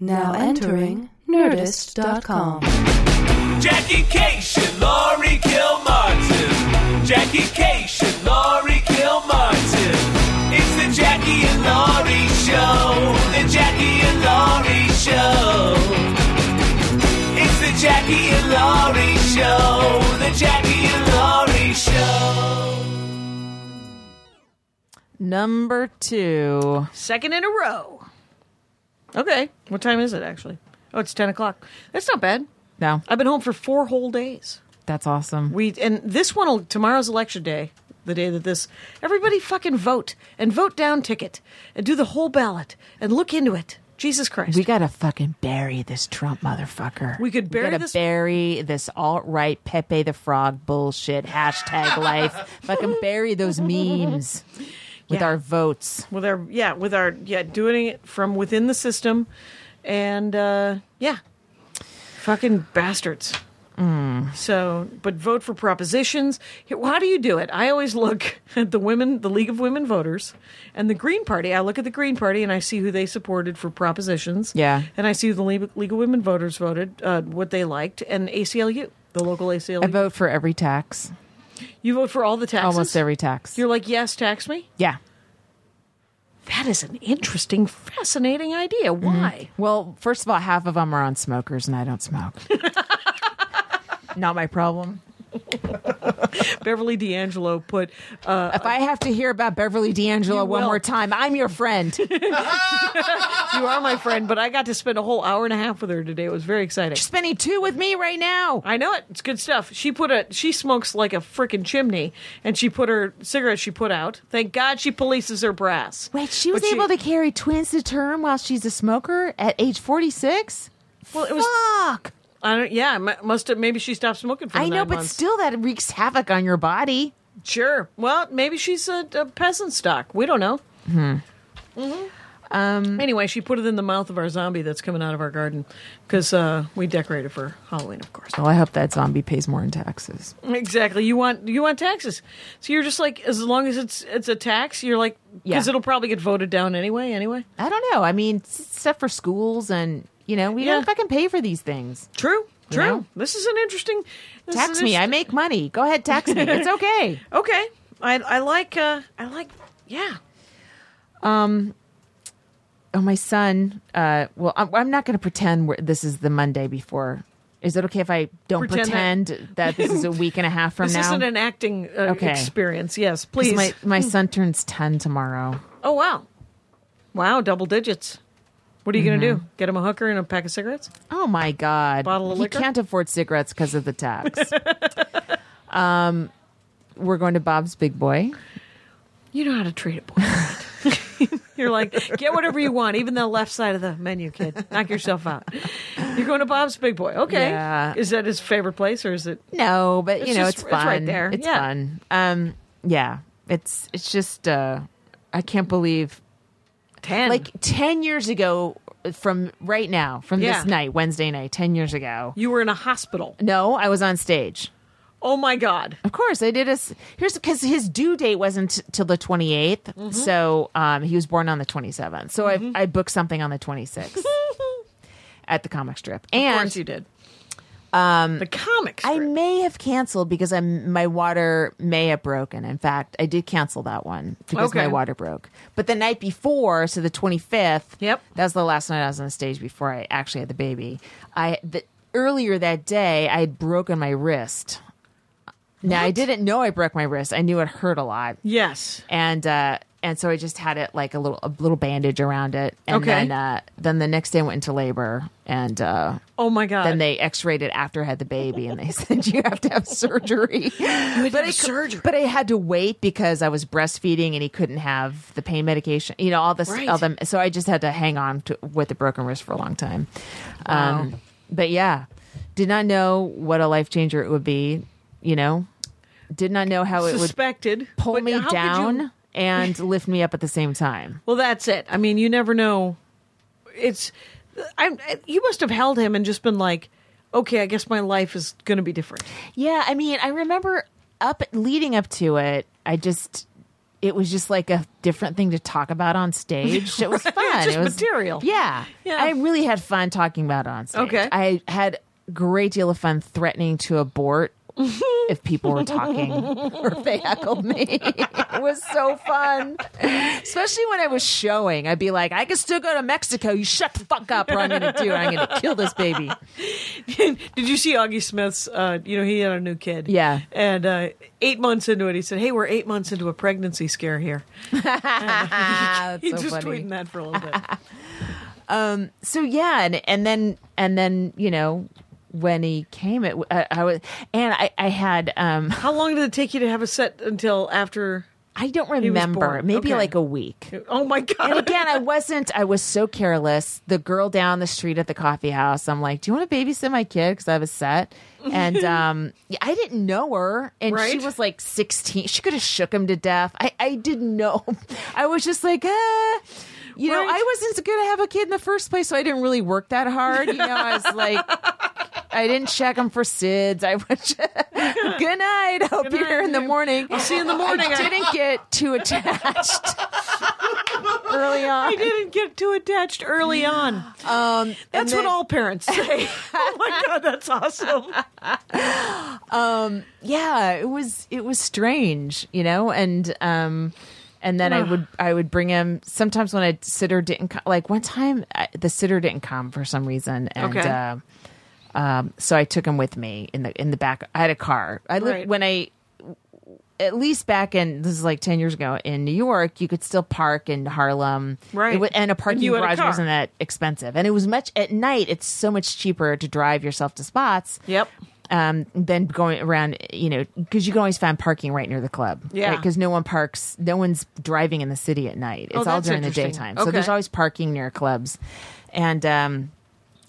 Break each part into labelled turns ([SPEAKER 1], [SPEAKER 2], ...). [SPEAKER 1] Now entering Nerdist.com.
[SPEAKER 2] Jackie Cation, Laurie Kilmartin. Jackie Cation, Laurie Kilmartin. It's the Jackie and Laurie Show. The Jackie and Laurie Show. It's the Jackie and Laurie Show. The Jackie and Laurie Show.
[SPEAKER 3] Number two.
[SPEAKER 4] Second in a row. Okay. What time is it actually? Oh, it's ten o'clock. That's not bad.
[SPEAKER 3] No,
[SPEAKER 4] I've been home for four whole days.
[SPEAKER 3] that's awesome.
[SPEAKER 4] We and this one will tomorrow's election day, the day that this everybody fucking vote and vote down ticket and do the whole ballot and look into it. Jesus Christ.
[SPEAKER 3] We gotta fucking bury this Trump motherfucker.
[SPEAKER 4] We could bury
[SPEAKER 3] gotta
[SPEAKER 4] this-
[SPEAKER 3] bury this alt right Pepe the Frog bullshit hashtag life. fucking bury those memes with
[SPEAKER 4] Yeah.
[SPEAKER 3] our votes.
[SPEAKER 4] with our yeah, with our yeah, doing it from within the system and uh yeah. Fucking bastards. So, but vote for propositions. Here- How do you do it? I always look at the women, the League of Women Voters, and the Green Party. I look at the Green Party and I see who they supported for propositions.
[SPEAKER 3] Yeah.
[SPEAKER 4] And I see who the League League of Women Voters voted, uh, what they liked, and ACLU, the local ACLU.
[SPEAKER 3] I vote for every tax,
[SPEAKER 4] you vote for all the taxes.
[SPEAKER 3] almost every tax.
[SPEAKER 4] You're like, yes, tax me.
[SPEAKER 3] yeah.
[SPEAKER 4] That is an interesting, fascinating idea.
[SPEAKER 3] Mm-hmm.
[SPEAKER 4] Why?
[SPEAKER 3] Well, first of all, half of them are on smokers, and I don't smoke. Not my problem.
[SPEAKER 4] Beverly D'Angelo put uh,
[SPEAKER 3] If I have to hear about Beverly D'Angelo
[SPEAKER 4] You
[SPEAKER 3] one
[SPEAKER 4] will.
[SPEAKER 3] more time, I'm your friend.
[SPEAKER 4] you are my friend, but I got to spend a whole hour and a half with her today. It was very exciting.
[SPEAKER 3] Spending two with me right now.
[SPEAKER 4] I know it. It's good stuff. She put a she smokes like a freaking chimney, and she put her cigarette she put out. Thank God she polices her brass.
[SPEAKER 3] Wait, she was
[SPEAKER 4] But
[SPEAKER 3] able to carry twins to term while she's a smoker at age 46?
[SPEAKER 4] Well, it was.
[SPEAKER 3] Fuck.
[SPEAKER 4] I don't. Yeah, mu- must have. Maybe she stopped smoking for.
[SPEAKER 3] I know,
[SPEAKER 4] nine
[SPEAKER 3] but
[SPEAKER 4] months.
[SPEAKER 3] still, that wreaks havoc on your body.
[SPEAKER 4] Sure. Well, maybe she's a, a peasant stock. We don't know. Hmm. Um, anyway, she put it in the mouth of our zombie that's coming out of our garden because uh, we decorated for Halloween, of course.
[SPEAKER 3] Well, I hope that zombie pays more in taxes.
[SPEAKER 4] Exactly. You want you want taxes. So you're just like as long as it's it's a tax, you're like because
[SPEAKER 3] Yeah.
[SPEAKER 4] it'll probably get voted down anyway. Anyway,
[SPEAKER 3] I don't know. I mean, s- stuff for schools and, you know, we
[SPEAKER 4] Yeah.
[SPEAKER 3] don't fucking pay for these things.
[SPEAKER 4] true, true.
[SPEAKER 3] know?
[SPEAKER 4] This is an interesting. this is
[SPEAKER 3] Tax
[SPEAKER 4] an
[SPEAKER 3] me. I
[SPEAKER 4] interest-
[SPEAKER 3] make money. Go ahead, tax me. It's okay.
[SPEAKER 4] okay. I I like uh I like yeah.
[SPEAKER 3] Oh, my son. Uh, well, I'm, I'm not going to pretend we're, this is the Monday before. Is it okay if I don't pretend,
[SPEAKER 4] Pretend
[SPEAKER 3] that, this is a week and a half from
[SPEAKER 4] This
[SPEAKER 3] now?
[SPEAKER 4] isn't an acting uh,
[SPEAKER 3] Okay.
[SPEAKER 4] experience. Yes,
[SPEAKER 3] 'Cause
[SPEAKER 4] please.
[SPEAKER 3] my, my son turns 10 tomorrow.
[SPEAKER 4] oh wow, wow, double digits. What are you
[SPEAKER 3] Mm-hmm.
[SPEAKER 4] gonna do? Get him a hooker and a pack of cigarettes?
[SPEAKER 3] Oh my God!
[SPEAKER 4] Bottle of
[SPEAKER 3] he
[SPEAKER 4] liquor?
[SPEAKER 3] can't afford cigarettes because of the tax. um, we're going to Bob's Big Boy.
[SPEAKER 4] You know how to treat it, boy. You're like, get whatever you want, even the left side of the menu, kid. Knock yourself out. You're going to Bob's Big Boy. Okay.
[SPEAKER 3] Yeah.
[SPEAKER 4] Is that his favorite place or is it?
[SPEAKER 3] No, but you
[SPEAKER 4] It's
[SPEAKER 3] know
[SPEAKER 4] just-
[SPEAKER 3] it's
[SPEAKER 4] it's right
[SPEAKER 3] fun.
[SPEAKER 4] there.
[SPEAKER 3] It's
[SPEAKER 4] Yeah.
[SPEAKER 3] fun. Um, yeah, it's it's just uh, I can't believe
[SPEAKER 4] 10.
[SPEAKER 3] like ten years ago from right now from
[SPEAKER 4] Yeah.
[SPEAKER 3] this night Wednesday night ten years ago.
[SPEAKER 4] you were in a hospital.
[SPEAKER 3] No, I was on stage.
[SPEAKER 4] Oh my God.
[SPEAKER 3] Of course, I did. A, s- here's because his due date wasn't till the 28th,
[SPEAKER 4] Mm-hmm.
[SPEAKER 3] so um, he was born on the 27th. So I, I booked something on the 26th at the comic strip,
[SPEAKER 4] Of
[SPEAKER 3] and
[SPEAKER 4] course you did. Um, the comics.
[SPEAKER 3] I may have canceled because I'm my water may have broken. In fact, I did cancel that one because
[SPEAKER 4] Okay.
[SPEAKER 3] my water broke. But the night before, so the 25th,
[SPEAKER 4] Yep.
[SPEAKER 3] that was the last night I was on the stage before I actually had the baby. I the, earlier that day I had broken my wrist. Now I didn't know I broke my wrist. I knew it hurt a lot
[SPEAKER 4] yes.
[SPEAKER 3] and uh and so I just had it like a little a little bandage around it, and
[SPEAKER 4] Okay.
[SPEAKER 3] then uh, then the next day I went into labor, and uh,
[SPEAKER 4] Oh my God.
[SPEAKER 3] then they X-rayed it after I had the baby, and they said you have to have surgery.
[SPEAKER 4] but
[SPEAKER 3] I cou-
[SPEAKER 4] surgery.
[SPEAKER 3] But I had to wait because I was breastfeeding, and he couldn't have the pain medication. You know all this,
[SPEAKER 4] Right.
[SPEAKER 3] all them. So I just had to hang on to with a broken wrist for a long time. Um, but yeah, did not know what a life changer it would be. You know, did not know how it would
[SPEAKER 4] Suspected.
[SPEAKER 3] pull
[SPEAKER 4] But
[SPEAKER 3] me
[SPEAKER 4] how could you-
[SPEAKER 3] down and lift me up at the same time.
[SPEAKER 4] Well, that's it. I mean, you never know. It's, I, you must have held him and just been like, okay, I guess my life is going to be different.
[SPEAKER 3] Yeah, I mean, I remember up leading up to it, I just it was just like a different thing to talk about on stage. So it was fun.
[SPEAKER 4] Just
[SPEAKER 3] it was
[SPEAKER 4] material.
[SPEAKER 3] Yeah.
[SPEAKER 4] Yeah.
[SPEAKER 3] I really had fun talking about it on stage.
[SPEAKER 4] Okay.
[SPEAKER 3] I had a great deal of fun threatening to abort if people were talking or if they heckled me. it was so fun. Especially when I was showing. I'd be like, I can still go to Mexico. You shut the fuck up or I'm gonna do it. I'm gonna kill this baby.
[SPEAKER 4] Did you see Augie Smith's? Uh, you know, he had a new kid.
[SPEAKER 3] Yeah.
[SPEAKER 4] And uh, eight months into it, he said, "Hey, we're eight months into a pregnancy scare here."
[SPEAKER 3] Ah, that's
[SPEAKER 4] He
[SPEAKER 3] so
[SPEAKER 4] just
[SPEAKER 3] funny.
[SPEAKER 4] tweeting that for a little bit.
[SPEAKER 3] so yeah and and then and then you know when he came it I, I was and i i had um
[SPEAKER 4] How long did it take you to have a set until after?
[SPEAKER 3] i don't
[SPEAKER 4] was
[SPEAKER 3] remember
[SPEAKER 4] born.
[SPEAKER 3] maybe
[SPEAKER 4] Okay.
[SPEAKER 3] like a week
[SPEAKER 4] Oh my
[SPEAKER 3] and
[SPEAKER 4] god!
[SPEAKER 3] again i wasn't i was so careless the girl down the street at the coffee house i'm like do you want to babysit my kid because i have a set and um yeah, i didn't know her and she
[SPEAKER 4] Right.
[SPEAKER 3] was like 16 she could have shook him to death i i didn't know i was just like ah you know,
[SPEAKER 4] Right.
[SPEAKER 3] I wasn't going to have a kid in the first place, so I didn't really work that hard. You know, I was like, I didn't check them for SIDS. I was good night. Hope you're here in the morning. I'll
[SPEAKER 4] see you in the morning.
[SPEAKER 3] I didn't get too attached early on.
[SPEAKER 4] I didn't get too attached early on.
[SPEAKER 3] Um,
[SPEAKER 4] That's
[SPEAKER 3] then-
[SPEAKER 4] what all parents say. oh my god, that's awesome.
[SPEAKER 3] yeah, it was it was strange, you know, and um, and then I would I would bring him sometimes when a sitter didn't co- like one time I, the sitter didn't come for some reason, and
[SPEAKER 4] Okay.
[SPEAKER 3] uh, um, so I took him with me in the in the back. I had a car. I lived
[SPEAKER 4] Right.
[SPEAKER 3] when I at least back in this is like 10 years ago in New York, you could still park in Harlem.
[SPEAKER 4] Right.
[SPEAKER 3] It wa- and a
[SPEAKER 4] And
[SPEAKER 3] parking
[SPEAKER 4] you had a
[SPEAKER 3] garage
[SPEAKER 4] car.
[SPEAKER 3] wasn't that expensive. And it was much at night, it's so much cheaper to drive yourself to spots.
[SPEAKER 4] Yep.
[SPEAKER 3] Um, than going around, you know, because you can always find parking right near the club.
[SPEAKER 4] Yeah.
[SPEAKER 3] Because no one parks, no one's driving in the city at night. It's all
[SPEAKER 4] that's
[SPEAKER 3] during the
[SPEAKER 4] interesting.
[SPEAKER 3] daytime. So
[SPEAKER 4] Okay.
[SPEAKER 3] there's always parking near clubs. And, um,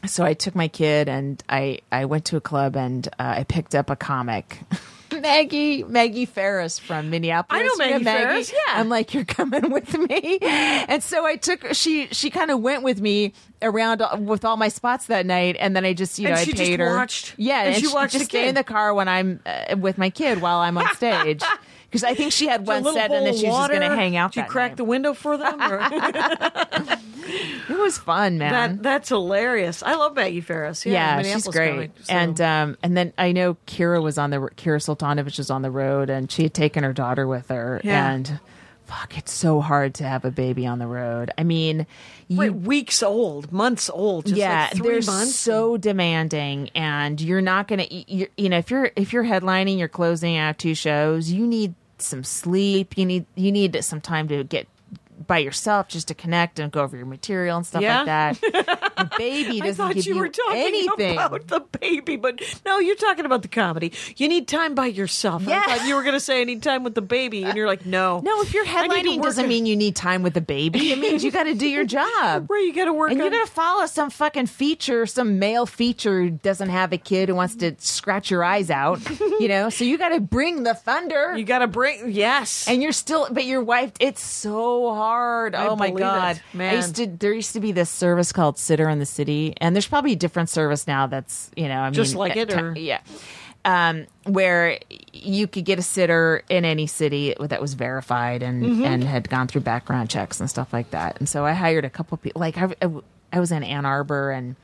[SPEAKER 3] so I took my kid and I, I went to a club and uh, I picked up a comic. Maggie Maggie Ferris from Minneapolis.
[SPEAKER 4] I know
[SPEAKER 3] You
[SPEAKER 4] Maggie Ferris, yeah.
[SPEAKER 3] I'm like, you're coming with me, and so I took she she kind of went with me around uh, with all my spots that night, and then I just you
[SPEAKER 4] And
[SPEAKER 3] know
[SPEAKER 4] she
[SPEAKER 3] I
[SPEAKER 4] just
[SPEAKER 3] paid her.
[SPEAKER 4] watched-
[SPEAKER 3] yeah,
[SPEAKER 4] and she watched
[SPEAKER 3] just
[SPEAKER 4] the
[SPEAKER 3] stay in
[SPEAKER 4] kid.
[SPEAKER 3] the car when I'm uh, with my kid while I'm on stage because I think she had
[SPEAKER 4] A
[SPEAKER 3] one
[SPEAKER 4] little
[SPEAKER 3] set
[SPEAKER 4] bowl
[SPEAKER 3] and then
[SPEAKER 4] of
[SPEAKER 3] she was just going
[SPEAKER 4] water.
[SPEAKER 3] to hang out.
[SPEAKER 4] Did you
[SPEAKER 3] that
[SPEAKER 4] crack the
[SPEAKER 3] night.
[SPEAKER 4] window for them? or-
[SPEAKER 3] It was fun, man.
[SPEAKER 4] that that's hilarious. I love Maggie Ferris. Yeah,
[SPEAKER 3] yeah, she's
[SPEAKER 4] Minneapolis
[SPEAKER 3] great.
[SPEAKER 4] comic, so-
[SPEAKER 3] And um, and then I know Kira was on the Kira Sultanovich was on the road, and she had taken her daughter with her.
[SPEAKER 4] Yeah.
[SPEAKER 3] And fuck, it's so hard to have a baby on the road. I mean, you.
[SPEAKER 4] Wait, weeks old, months old. Just
[SPEAKER 3] yeah,
[SPEAKER 4] like three
[SPEAKER 3] they're
[SPEAKER 4] months.
[SPEAKER 3] so demanding, and you're not gonna, you you know, if you're if you're headlining, you're closing out two shows. You need some sleep. You need you need some time to get by yourself just to connect and go over your material and stuff
[SPEAKER 4] Yeah.
[SPEAKER 3] like that. Your baby
[SPEAKER 4] I
[SPEAKER 3] doesn't
[SPEAKER 4] thought
[SPEAKER 3] give
[SPEAKER 4] you were talking
[SPEAKER 3] anything.
[SPEAKER 4] about the baby, but no, you're talking about the comedy. You need time by yourself. And I
[SPEAKER 3] Yeah.
[SPEAKER 4] thought you were going to say I need time with the baby, and you're like, no,
[SPEAKER 3] No, if you're
[SPEAKER 4] I need to
[SPEAKER 3] headlining
[SPEAKER 4] work
[SPEAKER 3] doesn't
[SPEAKER 4] on-
[SPEAKER 3] mean you need time with the baby. It means you got to do your job.
[SPEAKER 4] Right, you gotta work
[SPEAKER 3] And
[SPEAKER 4] on-
[SPEAKER 3] you're gonna follow some fucking feature, some male feature who doesn't have a kid who wants to scratch your eyes out. You know, so you got to bring the thunder.
[SPEAKER 4] You got to bring yes.
[SPEAKER 3] and you're still, but your wife. It's so hard.
[SPEAKER 4] I
[SPEAKER 3] oh my
[SPEAKER 4] believe it,
[SPEAKER 3] god,
[SPEAKER 4] man.
[SPEAKER 3] I used to. There used to be this service called Sitter in the City, and there's probably a different service now. That's you know, I mean,
[SPEAKER 4] Just like it,
[SPEAKER 3] uh,
[SPEAKER 4] or-
[SPEAKER 3] yeah, um, where you could get a sitter in any city that was verified and and had gone through background checks and stuff like that. And so I hired a couple people. Like I, I, I was in Ann Arbor and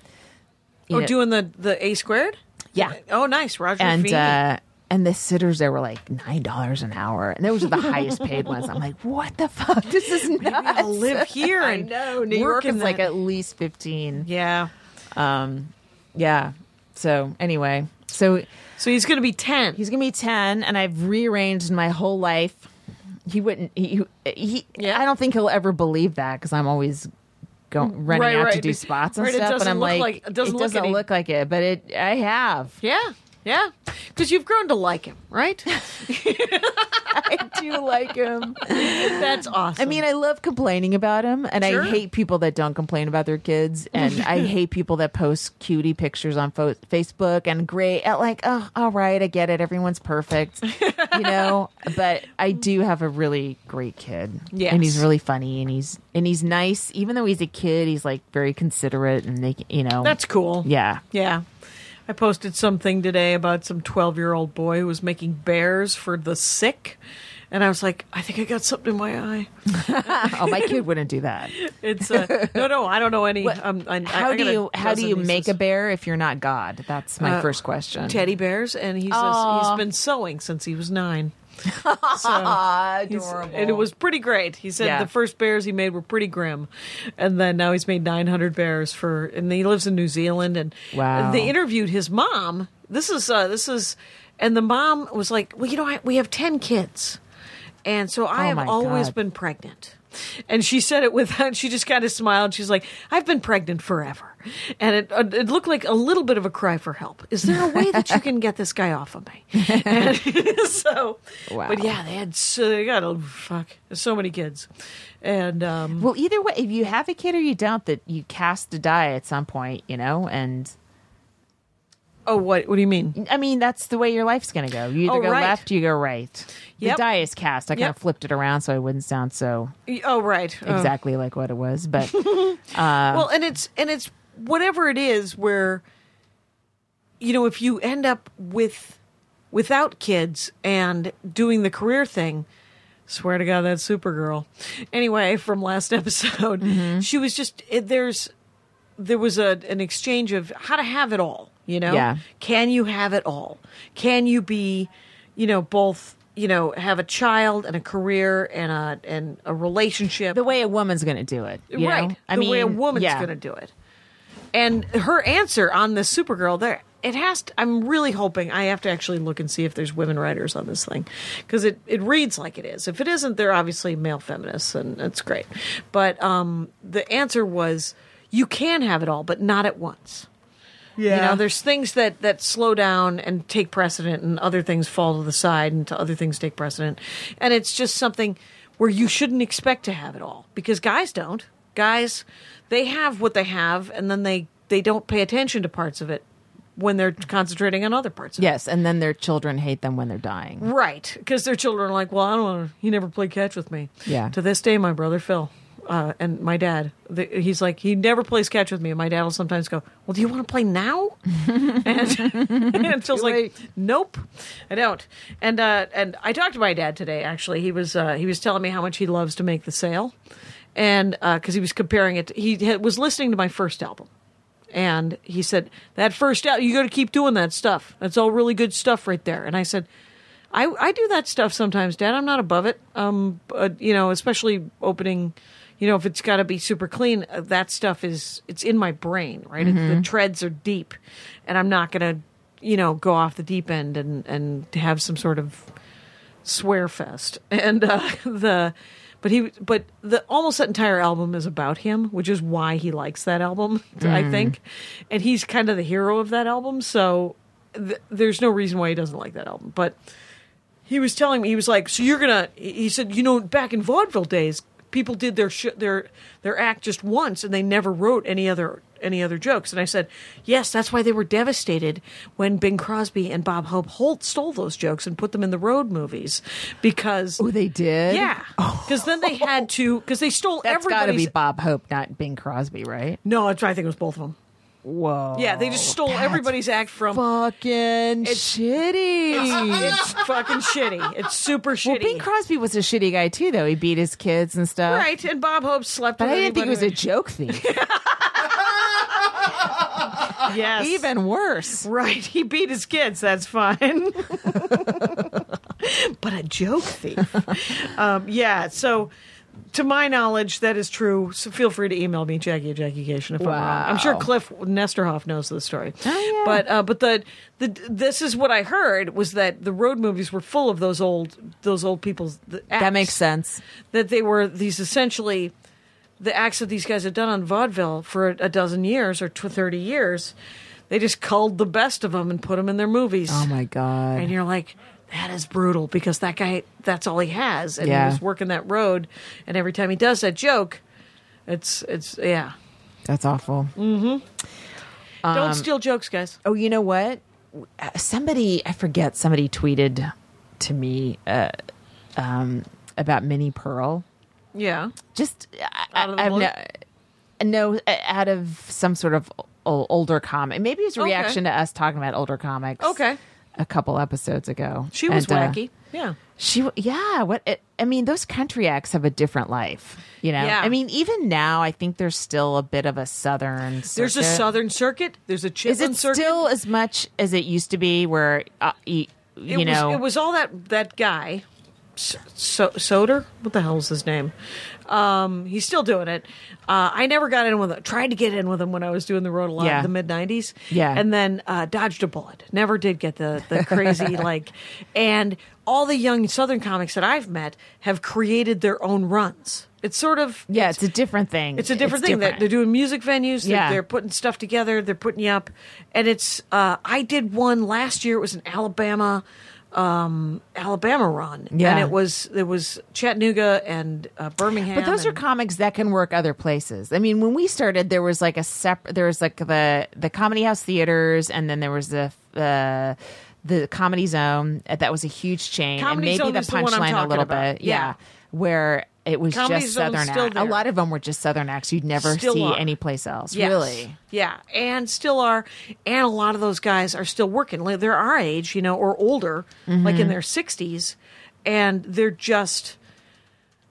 [SPEAKER 3] you
[SPEAKER 4] oh,
[SPEAKER 3] know,
[SPEAKER 4] doing the the A squared.
[SPEAKER 3] Yeah.
[SPEAKER 4] Oh, nice, Roger.
[SPEAKER 3] and
[SPEAKER 4] Feeney.
[SPEAKER 3] uh, and the sitters there were like nine dollars an hour, and those were the highest paid ones. I'm like, what the fuck? This is nuts.
[SPEAKER 4] I'll live here
[SPEAKER 3] I
[SPEAKER 4] and
[SPEAKER 3] know New York
[SPEAKER 4] work in
[SPEAKER 3] is like
[SPEAKER 4] that.
[SPEAKER 3] at least fifteen.
[SPEAKER 4] yeah.
[SPEAKER 3] Um, yeah. So anyway, so
[SPEAKER 4] So he's going to be ten.
[SPEAKER 3] he's gonna be ten, and I've rearranged my whole life. He wouldn't. He. he
[SPEAKER 4] Yeah.
[SPEAKER 3] I don't think he'll ever believe that because I'm always. Going, running
[SPEAKER 4] Right,
[SPEAKER 3] out to
[SPEAKER 4] right.
[SPEAKER 3] do spots and
[SPEAKER 4] Right, it
[SPEAKER 3] stuff, and
[SPEAKER 4] doesn't
[SPEAKER 3] I'm
[SPEAKER 4] look
[SPEAKER 3] like,
[SPEAKER 4] like- it doesn't look any-
[SPEAKER 3] look like it, but it, I have.
[SPEAKER 4] yeah, yeah. Because you've grown to like him, right?
[SPEAKER 3] I do like him.
[SPEAKER 4] that's awesome.
[SPEAKER 3] I mean, I love complaining about him, and
[SPEAKER 4] Sure.
[SPEAKER 3] I hate people that don't complain about their kids, and I hate people that post cutie pictures on fo- Facebook and great. At like, oh, all right, I get it. Everyone's perfect, you know. But I do have a really great kid,
[SPEAKER 4] Yes.
[SPEAKER 3] and he's really funny, and he's and he's nice. Even though he's a kid, he's like very considerate, and they, you know,
[SPEAKER 4] that's cool.
[SPEAKER 3] yeah.
[SPEAKER 4] Yeah. I posted something today about some 12 year old boy who was making bears for the sick. and I was like, I think I got something in my eye.
[SPEAKER 3] oh, my kid wouldn't do that.
[SPEAKER 4] It's uh, no, no, I don't know any. um, I, I-
[SPEAKER 3] how
[SPEAKER 4] I
[SPEAKER 3] do
[SPEAKER 4] got a
[SPEAKER 3] you how do
[SPEAKER 4] dozen
[SPEAKER 3] you make
[SPEAKER 4] nieces.
[SPEAKER 3] a bear if you're not God? That's my
[SPEAKER 4] Uh,
[SPEAKER 3] first question.
[SPEAKER 4] teddy bears? And he's a,
[SPEAKER 3] Aw.
[SPEAKER 4] he's been sewing since he was nine. He's-
[SPEAKER 3] Adorable.
[SPEAKER 4] And it was pretty great. He said
[SPEAKER 3] Yeah.
[SPEAKER 4] the first bears he made were pretty grim, and then now he's made 900 bears for. And he lives in New Zealand. And
[SPEAKER 3] Wow.
[SPEAKER 4] they interviewed his mom. This is uh, this is, and the mom was like, "Well, you know, I, we have 10 kids, and so I
[SPEAKER 3] Oh
[SPEAKER 4] have
[SPEAKER 3] my
[SPEAKER 4] always
[SPEAKER 3] God.
[SPEAKER 4] been pregnant." And she said it without. She just kind of smiled. She's like, "I've been pregnant forever," and it uh, it looked like a little bit of a cry for help. Is there a way that you can get this guy off of me? And so,
[SPEAKER 3] Wow.
[SPEAKER 4] but yeah, they had so they got oh, fuck so many kids, and um,
[SPEAKER 3] Well, either way, if you have a kid or you don't, that you cast a die at some point, you know, and
[SPEAKER 4] oh what what do you mean?
[SPEAKER 3] I mean that's the way your life's going to go. You either
[SPEAKER 4] Oh,
[SPEAKER 3] go
[SPEAKER 4] right.
[SPEAKER 3] left, you go right.
[SPEAKER 4] Yep.
[SPEAKER 3] The die is cast. I kind
[SPEAKER 4] Yep.
[SPEAKER 3] of flipped it around so it wouldn't sound so
[SPEAKER 4] Oh right, Oh.
[SPEAKER 3] exactly like what it was, but
[SPEAKER 4] well, and it's and it's whatever it is where you know if you end up with without kids and doing the career thing. Swear to God, that's Supergirl. Anyway, from last episode,
[SPEAKER 3] Mm-hmm.
[SPEAKER 4] she was just it, there's there was a an exchange of how to have it all. You know,
[SPEAKER 3] Yeah.
[SPEAKER 4] can you have it all? Can you be, you know, both, you know, have a child and a career and a and a relationship?
[SPEAKER 3] the way a woman's going to do it, you
[SPEAKER 4] right.
[SPEAKER 3] know? I
[SPEAKER 4] the
[SPEAKER 3] mean,
[SPEAKER 4] way a woman's
[SPEAKER 3] yeah.
[SPEAKER 4] going to do it. And her answer on this Supergirl there, it has. To, I'm really hoping I have to actually look and see if there's women writers on this thing because it it reads like it is. If it isn't, they're obviously male feminists, and that's great. But um, the answer was you can have it all, but not at once. Yeah. You know, there's things that that slow down and take precedent, and other things fall to the side, and to other things take precedent, and it's just something where you shouldn't expect to have it all because guys don't. Guys, they have what they have, and then they they don't pay attention to parts of it when they're concentrating on other parts. of it.
[SPEAKER 3] Yes, and then their children hate them when they're dying.
[SPEAKER 4] Right, because their children are like, well, I don't. Wanna, he never played catch with me.
[SPEAKER 3] Yeah.
[SPEAKER 4] To this day, my brother Phil uh, and my dad, the, he's like, he never plays catch with me, and my dad will sometimes go, well, do you want to play now? and, and Phil's like, nope, I don't. And uh, and I talked to my dad today. Actually, he was uh, he was telling me how much he loves to make the sale, and because he was comparing it, to, he had, was listening to my first album. And he said, That first out, you got to keep doing that stuff. That's all really good stuff right there. And I said, I, I do that stuff sometimes, Dad. I'm not above it. Um, but, you know, especially opening, you know, if it's got to be super clean, uh, that stuff is, it's in my brain, right? It's, the treads are deep. And I'm not going to, you know, go off the deep end and, and have some sort of swear fest and uh, the but he but the almost that entire album is about him which is why he likes that album i think and he's kind of the hero of that album so th- there's no reason why he doesn't like that album but he was telling me he was like so you're gonna he said you know back in vaudeville days people did their sh- their their act just once and they never wrote any other any other jokes and i said yes that's why they were devastated when bing crosby and bob hope holt stole those jokes and put them in the road movies because
[SPEAKER 3] Oh, they did? Oh.
[SPEAKER 4] yeah because then they had to because they stole
[SPEAKER 3] That's got to
[SPEAKER 4] everybody's
[SPEAKER 3] be Bob Hope, not Bing Crosby, right?
[SPEAKER 4] no i think it was both of them
[SPEAKER 3] Whoa.
[SPEAKER 4] yeah they just stole
[SPEAKER 3] Oh, that's
[SPEAKER 4] everybody's act from
[SPEAKER 3] fucking shitty.
[SPEAKER 4] it's fucking shitty it's super shitty
[SPEAKER 3] Well, Bing Crosby was a shitty guy too, though. He beat his kids and stuff.
[SPEAKER 4] right and bob hope slept
[SPEAKER 3] But I
[SPEAKER 4] with
[SPEAKER 3] didn't think he was a
[SPEAKER 4] anybody-
[SPEAKER 3] joke thief.
[SPEAKER 4] yes
[SPEAKER 3] Even worse.
[SPEAKER 4] Right, he beat his kids. That's fine. but a joke thief. um, yeah. So, to my knowledge, that is true. So feel free to email me, Jackie at JackieCation, if I'm wrong. I'm sure
[SPEAKER 3] Wow.
[SPEAKER 4] Cliff Nesterhoff knows the story.
[SPEAKER 3] Oh, yeah.
[SPEAKER 4] But uh, but the the this is what I heard was that the road movies were full of those old those old people's the
[SPEAKER 3] That
[SPEAKER 4] acts
[SPEAKER 3] makes sense.
[SPEAKER 4] that they were these essentially the acts that these guys had done on vaudeville for a, a dozen years or tw 30 years. They just culled the best of them and put them in their movies.
[SPEAKER 3] Oh my god.
[SPEAKER 4] And you're like, that is brutal because that guy, that's all he has. And
[SPEAKER 3] Yeah.
[SPEAKER 4] he was working that road. And every time he does that joke, it's, it's, yeah.
[SPEAKER 3] That's awful. Um,
[SPEAKER 4] Don't steal jokes, guys.
[SPEAKER 3] Oh, you know what? Uh, Somebody, I forget. Somebody tweeted to me uh, um, about Minnie Pearl.
[SPEAKER 4] Yeah.
[SPEAKER 3] just I,
[SPEAKER 4] Out of the
[SPEAKER 3] I-
[SPEAKER 4] blue?
[SPEAKER 3] I've no, no out of some sort of o- older comic. Maybe it's a
[SPEAKER 4] Okay.
[SPEAKER 3] reaction to us talking about older comics.
[SPEAKER 4] Okay.
[SPEAKER 3] a couple episodes ago.
[SPEAKER 4] She was
[SPEAKER 3] And, uh,
[SPEAKER 4] wacky. Yeah.
[SPEAKER 3] She, w- yeah, what it, I mean, those country acts have a different life, you know.
[SPEAKER 4] Yeah.
[SPEAKER 3] I mean, even now, I think there's still a bit of a southern.
[SPEAKER 4] There's a
[SPEAKER 3] circuit.
[SPEAKER 4] Southern Circuit. There's a
[SPEAKER 3] Is
[SPEAKER 4] Chitlin
[SPEAKER 3] it
[SPEAKER 4] Circuit.
[SPEAKER 3] still as much as it used to be? Where uh, you, you
[SPEAKER 4] it was,
[SPEAKER 3] know,
[SPEAKER 4] it was all that that guy, S- so- Soder. What the hell's his name? Um, he's still doing it. Uh, I never got in with him. Tried to get in with him when I was doing the road a lot
[SPEAKER 3] Yeah.
[SPEAKER 4] in the mid '90s.
[SPEAKER 3] Yeah.
[SPEAKER 4] and then uh, dodged a bullet. Never did get the the crazy like. And all the young Southern comics that I've met have created their own runs. It's sort of
[SPEAKER 3] yeah, it's, a different thing.
[SPEAKER 4] it's a different thing. That They're doing music venues. They're,
[SPEAKER 3] Yeah.
[SPEAKER 4] they're putting stuff together. They're putting you up, and it's. Uh, I did one last year. It was an Alabama, um, Alabama run.
[SPEAKER 3] Yeah.
[SPEAKER 4] and it was it was Chattanooga and uh, Birmingham.
[SPEAKER 3] But those are
[SPEAKER 4] and-
[SPEAKER 3] comics that can work other places. I mean, when we started, there was like a separate. There was like the the comedy house theaters, and then there was the the the comedy zone. uh, That was a huge chain,
[SPEAKER 4] Comedy
[SPEAKER 3] and
[SPEAKER 4] Zone
[SPEAKER 3] maybe
[SPEAKER 4] is
[SPEAKER 3] the
[SPEAKER 4] the one I'm
[SPEAKER 3] punchline a
[SPEAKER 4] talking
[SPEAKER 3] little
[SPEAKER 4] about.
[SPEAKER 3] bit, yeah.
[SPEAKER 4] Yeah.
[SPEAKER 3] where it was
[SPEAKER 4] Comedy
[SPEAKER 3] just
[SPEAKER 4] Zone's
[SPEAKER 3] southern
[SPEAKER 4] still
[SPEAKER 3] acts.
[SPEAKER 4] there.
[SPEAKER 3] A lot of them were just southern acts. You'd never
[SPEAKER 4] Still
[SPEAKER 3] see
[SPEAKER 4] are.
[SPEAKER 3] anyplace else,
[SPEAKER 4] Yes.
[SPEAKER 3] really.
[SPEAKER 4] Yeah, and still are, and a lot of those guys are still working. Like, They're our age, you know, or older, like
[SPEAKER 3] Mm-hmm.
[SPEAKER 4] in their sixties, and they're just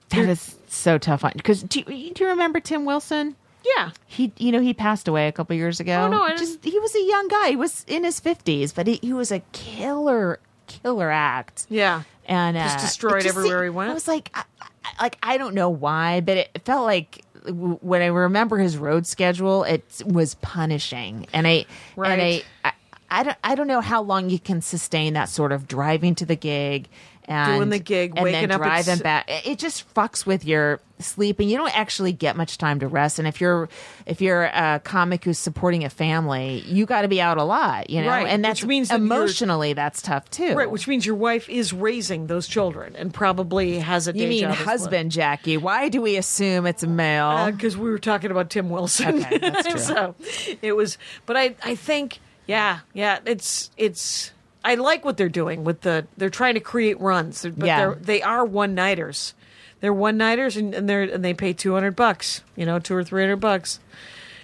[SPEAKER 3] That is so tough. Because do, you- do you remember Tim Wilson?
[SPEAKER 4] yeah.
[SPEAKER 3] He, you know, he passed away a couple years ago.
[SPEAKER 4] Oh, no, I didn't-
[SPEAKER 3] just he was a young guy. He was in his fifties, but he, he was a killer, killer act.
[SPEAKER 4] Yeah.
[SPEAKER 3] and uh,
[SPEAKER 4] Just
[SPEAKER 3] it
[SPEAKER 4] destroyed everywhere
[SPEAKER 3] seemed-
[SPEAKER 4] he went.
[SPEAKER 3] I was like, I, I, like I don't know why, but it felt like w- when I remember his road schedule, it was punishing, and I
[SPEAKER 4] Right.
[SPEAKER 3] and I, I, I don't I don't know how long you can sustain that sort of driving to the gig. And,
[SPEAKER 4] Doing the gig,
[SPEAKER 3] and
[SPEAKER 4] waking
[SPEAKER 3] then
[SPEAKER 4] up at
[SPEAKER 3] driving
[SPEAKER 4] s-
[SPEAKER 3] back. It it just fucks with your sleep, and you don't actually get much time to rest. And if you're if you're a comic who's supporting a family, you got to be out a lot, you know.
[SPEAKER 4] Right,
[SPEAKER 3] And
[SPEAKER 4] which
[SPEAKER 3] that's
[SPEAKER 4] means that you're-
[SPEAKER 3] emotionally that's tough too.
[SPEAKER 4] Right, which means your wife is raising those children and probably has a.
[SPEAKER 3] You
[SPEAKER 4] day
[SPEAKER 3] mean
[SPEAKER 4] job as well.
[SPEAKER 3] husband, Jackie? Why do we assume it's a male?
[SPEAKER 4] because Uh, we were talking about Tim Wilson.
[SPEAKER 3] Okay, that's true.
[SPEAKER 4] so it was, but I, I think, yeah, yeah, it's, it's, I like what they're doing with the, they're trying to create runs, but
[SPEAKER 3] Yeah.
[SPEAKER 4] they're, they are one nighters. They're one nighters and, and they're, and they pay 200 bucks, you know, two or 300 bucks.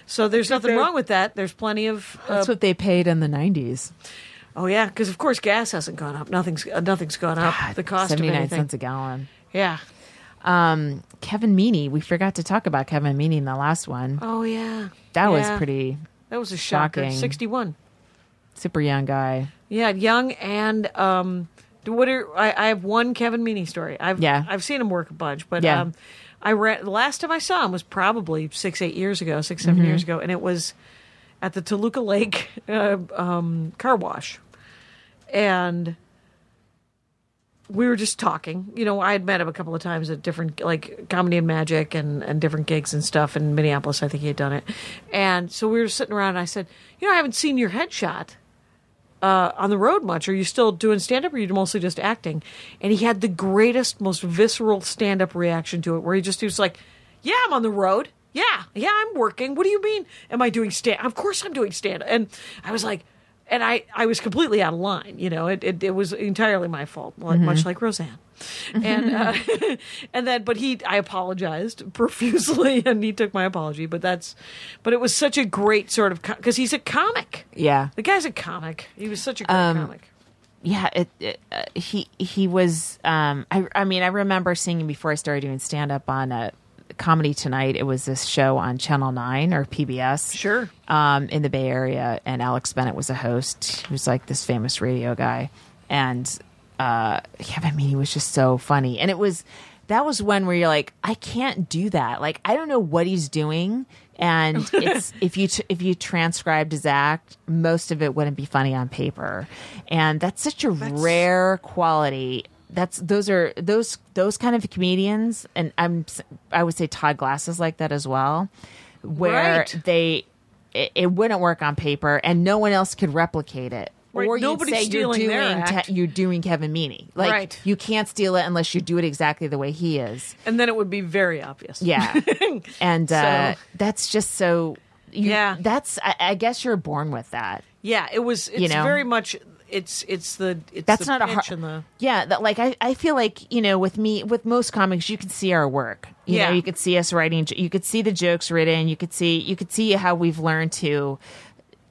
[SPEAKER 4] So there's nothing wrong with that. There's plenty of, uh,
[SPEAKER 3] That's what they paid in the 90s.
[SPEAKER 4] oh yeah, because of course gas hasn't gone up. Nothing's, uh, nothing's gone up. the cost of
[SPEAKER 3] 79
[SPEAKER 4] anything.
[SPEAKER 3] cents a gallon.
[SPEAKER 4] yeah.
[SPEAKER 3] Um, Kevin Meaney, we forgot to talk about Kevin Meaney in the last one.
[SPEAKER 4] Oh yeah.
[SPEAKER 3] That was
[SPEAKER 4] Yeah.
[SPEAKER 3] pretty
[SPEAKER 4] That was a shocker.
[SPEAKER 3] shocking.
[SPEAKER 4] 61.
[SPEAKER 3] super young guy.
[SPEAKER 4] Yeah, young and um, do- what are I, I have one Kevin Meaney story. I've
[SPEAKER 3] Yeah.
[SPEAKER 4] I've seen him work a bunch, but
[SPEAKER 3] Yeah.
[SPEAKER 4] um, I read the last time I saw him was probably six eight years ago, six
[SPEAKER 3] Mm-hmm.
[SPEAKER 4] seven years ago, and it was at the Toluca Lake uh, um, car wash, and we were just talking. You know, I had met him a couple of times at different like comedy and magic and and different gigs and stuff in Minneapolis. I think he had done it, and so we were sitting around. and I said, "You know, I haven't seen your headshot." Uh, on the road much? Are you still doing stand up or are you mostly just acting? And he had the greatest, most visceral stand up reaction to it where he just he was like, Yeah, I'm on the road. Yeah, yeah, I'm working. What do you mean? Am I doing stand Of course I'm doing stand up. And I was like, and I, I was completely out of line. You know, it, it, it was entirely my fault, like- much like Roseanne. and uh, and then but he I apologized profusely and he took my apology but that's but it was such a great sort of because he's a comic
[SPEAKER 3] Yeah.
[SPEAKER 4] the guy's a comic. He was such a great
[SPEAKER 3] Um,
[SPEAKER 4] comic.
[SPEAKER 3] yeah, it, it, uh, he he was. Um, I I mean, I remember seeing him before I started doing stand up on a comedy tonight. It was this show on Channel Nine or PBS,
[SPEAKER 4] Sure.
[SPEAKER 3] um, in the Bay Area, and Alex Bennett was a host. He was like this famous radio guy, and uh, yeah, I mean, he was just so funny, and it was. That was one where you're like, I can't do that. Like, I don't know what he's doing, and it's if you t- if you transcribed his act, most of it wouldn't be funny on paper, and that's such a rare quality. That's those are those those kind of comedians, and I'm s- I would say Todd Glass is like that as well, where
[SPEAKER 4] Right.
[SPEAKER 3] they it, it wouldn't work on paper, and no one else could replicate it.
[SPEAKER 4] Right,
[SPEAKER 3] Or you'd
[SPEAKER 4] nobody's
[SPEAKER 3] say you're
[SPEAKER 4] stealing
[SPEAKER 3] doing
[SPEAKER 4] their
[SPEAKER 3] te-
[SPEAKER 4] act.
[SPEAKER 3] you're doing Kevin Meaney. Like
[SPEAKER 4] Right.
[SPEAKER 3] you can't steal it unless you do it exactly the way he is.
[SPEAKER 4] And then it would be very obvious.
[SPEAKER 3] Yeah. and uh,
[SPEAKER 4] So-
[SPEAKER 3] that's just so. You,
[SPEAKER 4] Yeah.
[SPEAKER 3] That's, I, I guess you're born with that.
[SPEAKER 4] Yeah, it was it's
[SPEAKER 3] You know?
[SPEAKER 4] very much it's it's the it's
[SPEAKER 3] That's
[SPEAKER 4] the
[SPEAKER 3] not a
[SPEAKER 4] pitch
[SPEAKER 3] hard.
[SPEAKER 4] and the
[SPEAKER 3] Yeah. That, like, I, I feel like, you know, with me, with most comics, you can see our work. You
[SPEAKER 4] Yeah.
[SPEAKER 3] know, you could see us writing, j- you could see the jokes written, you could see, you could see how we've learned to,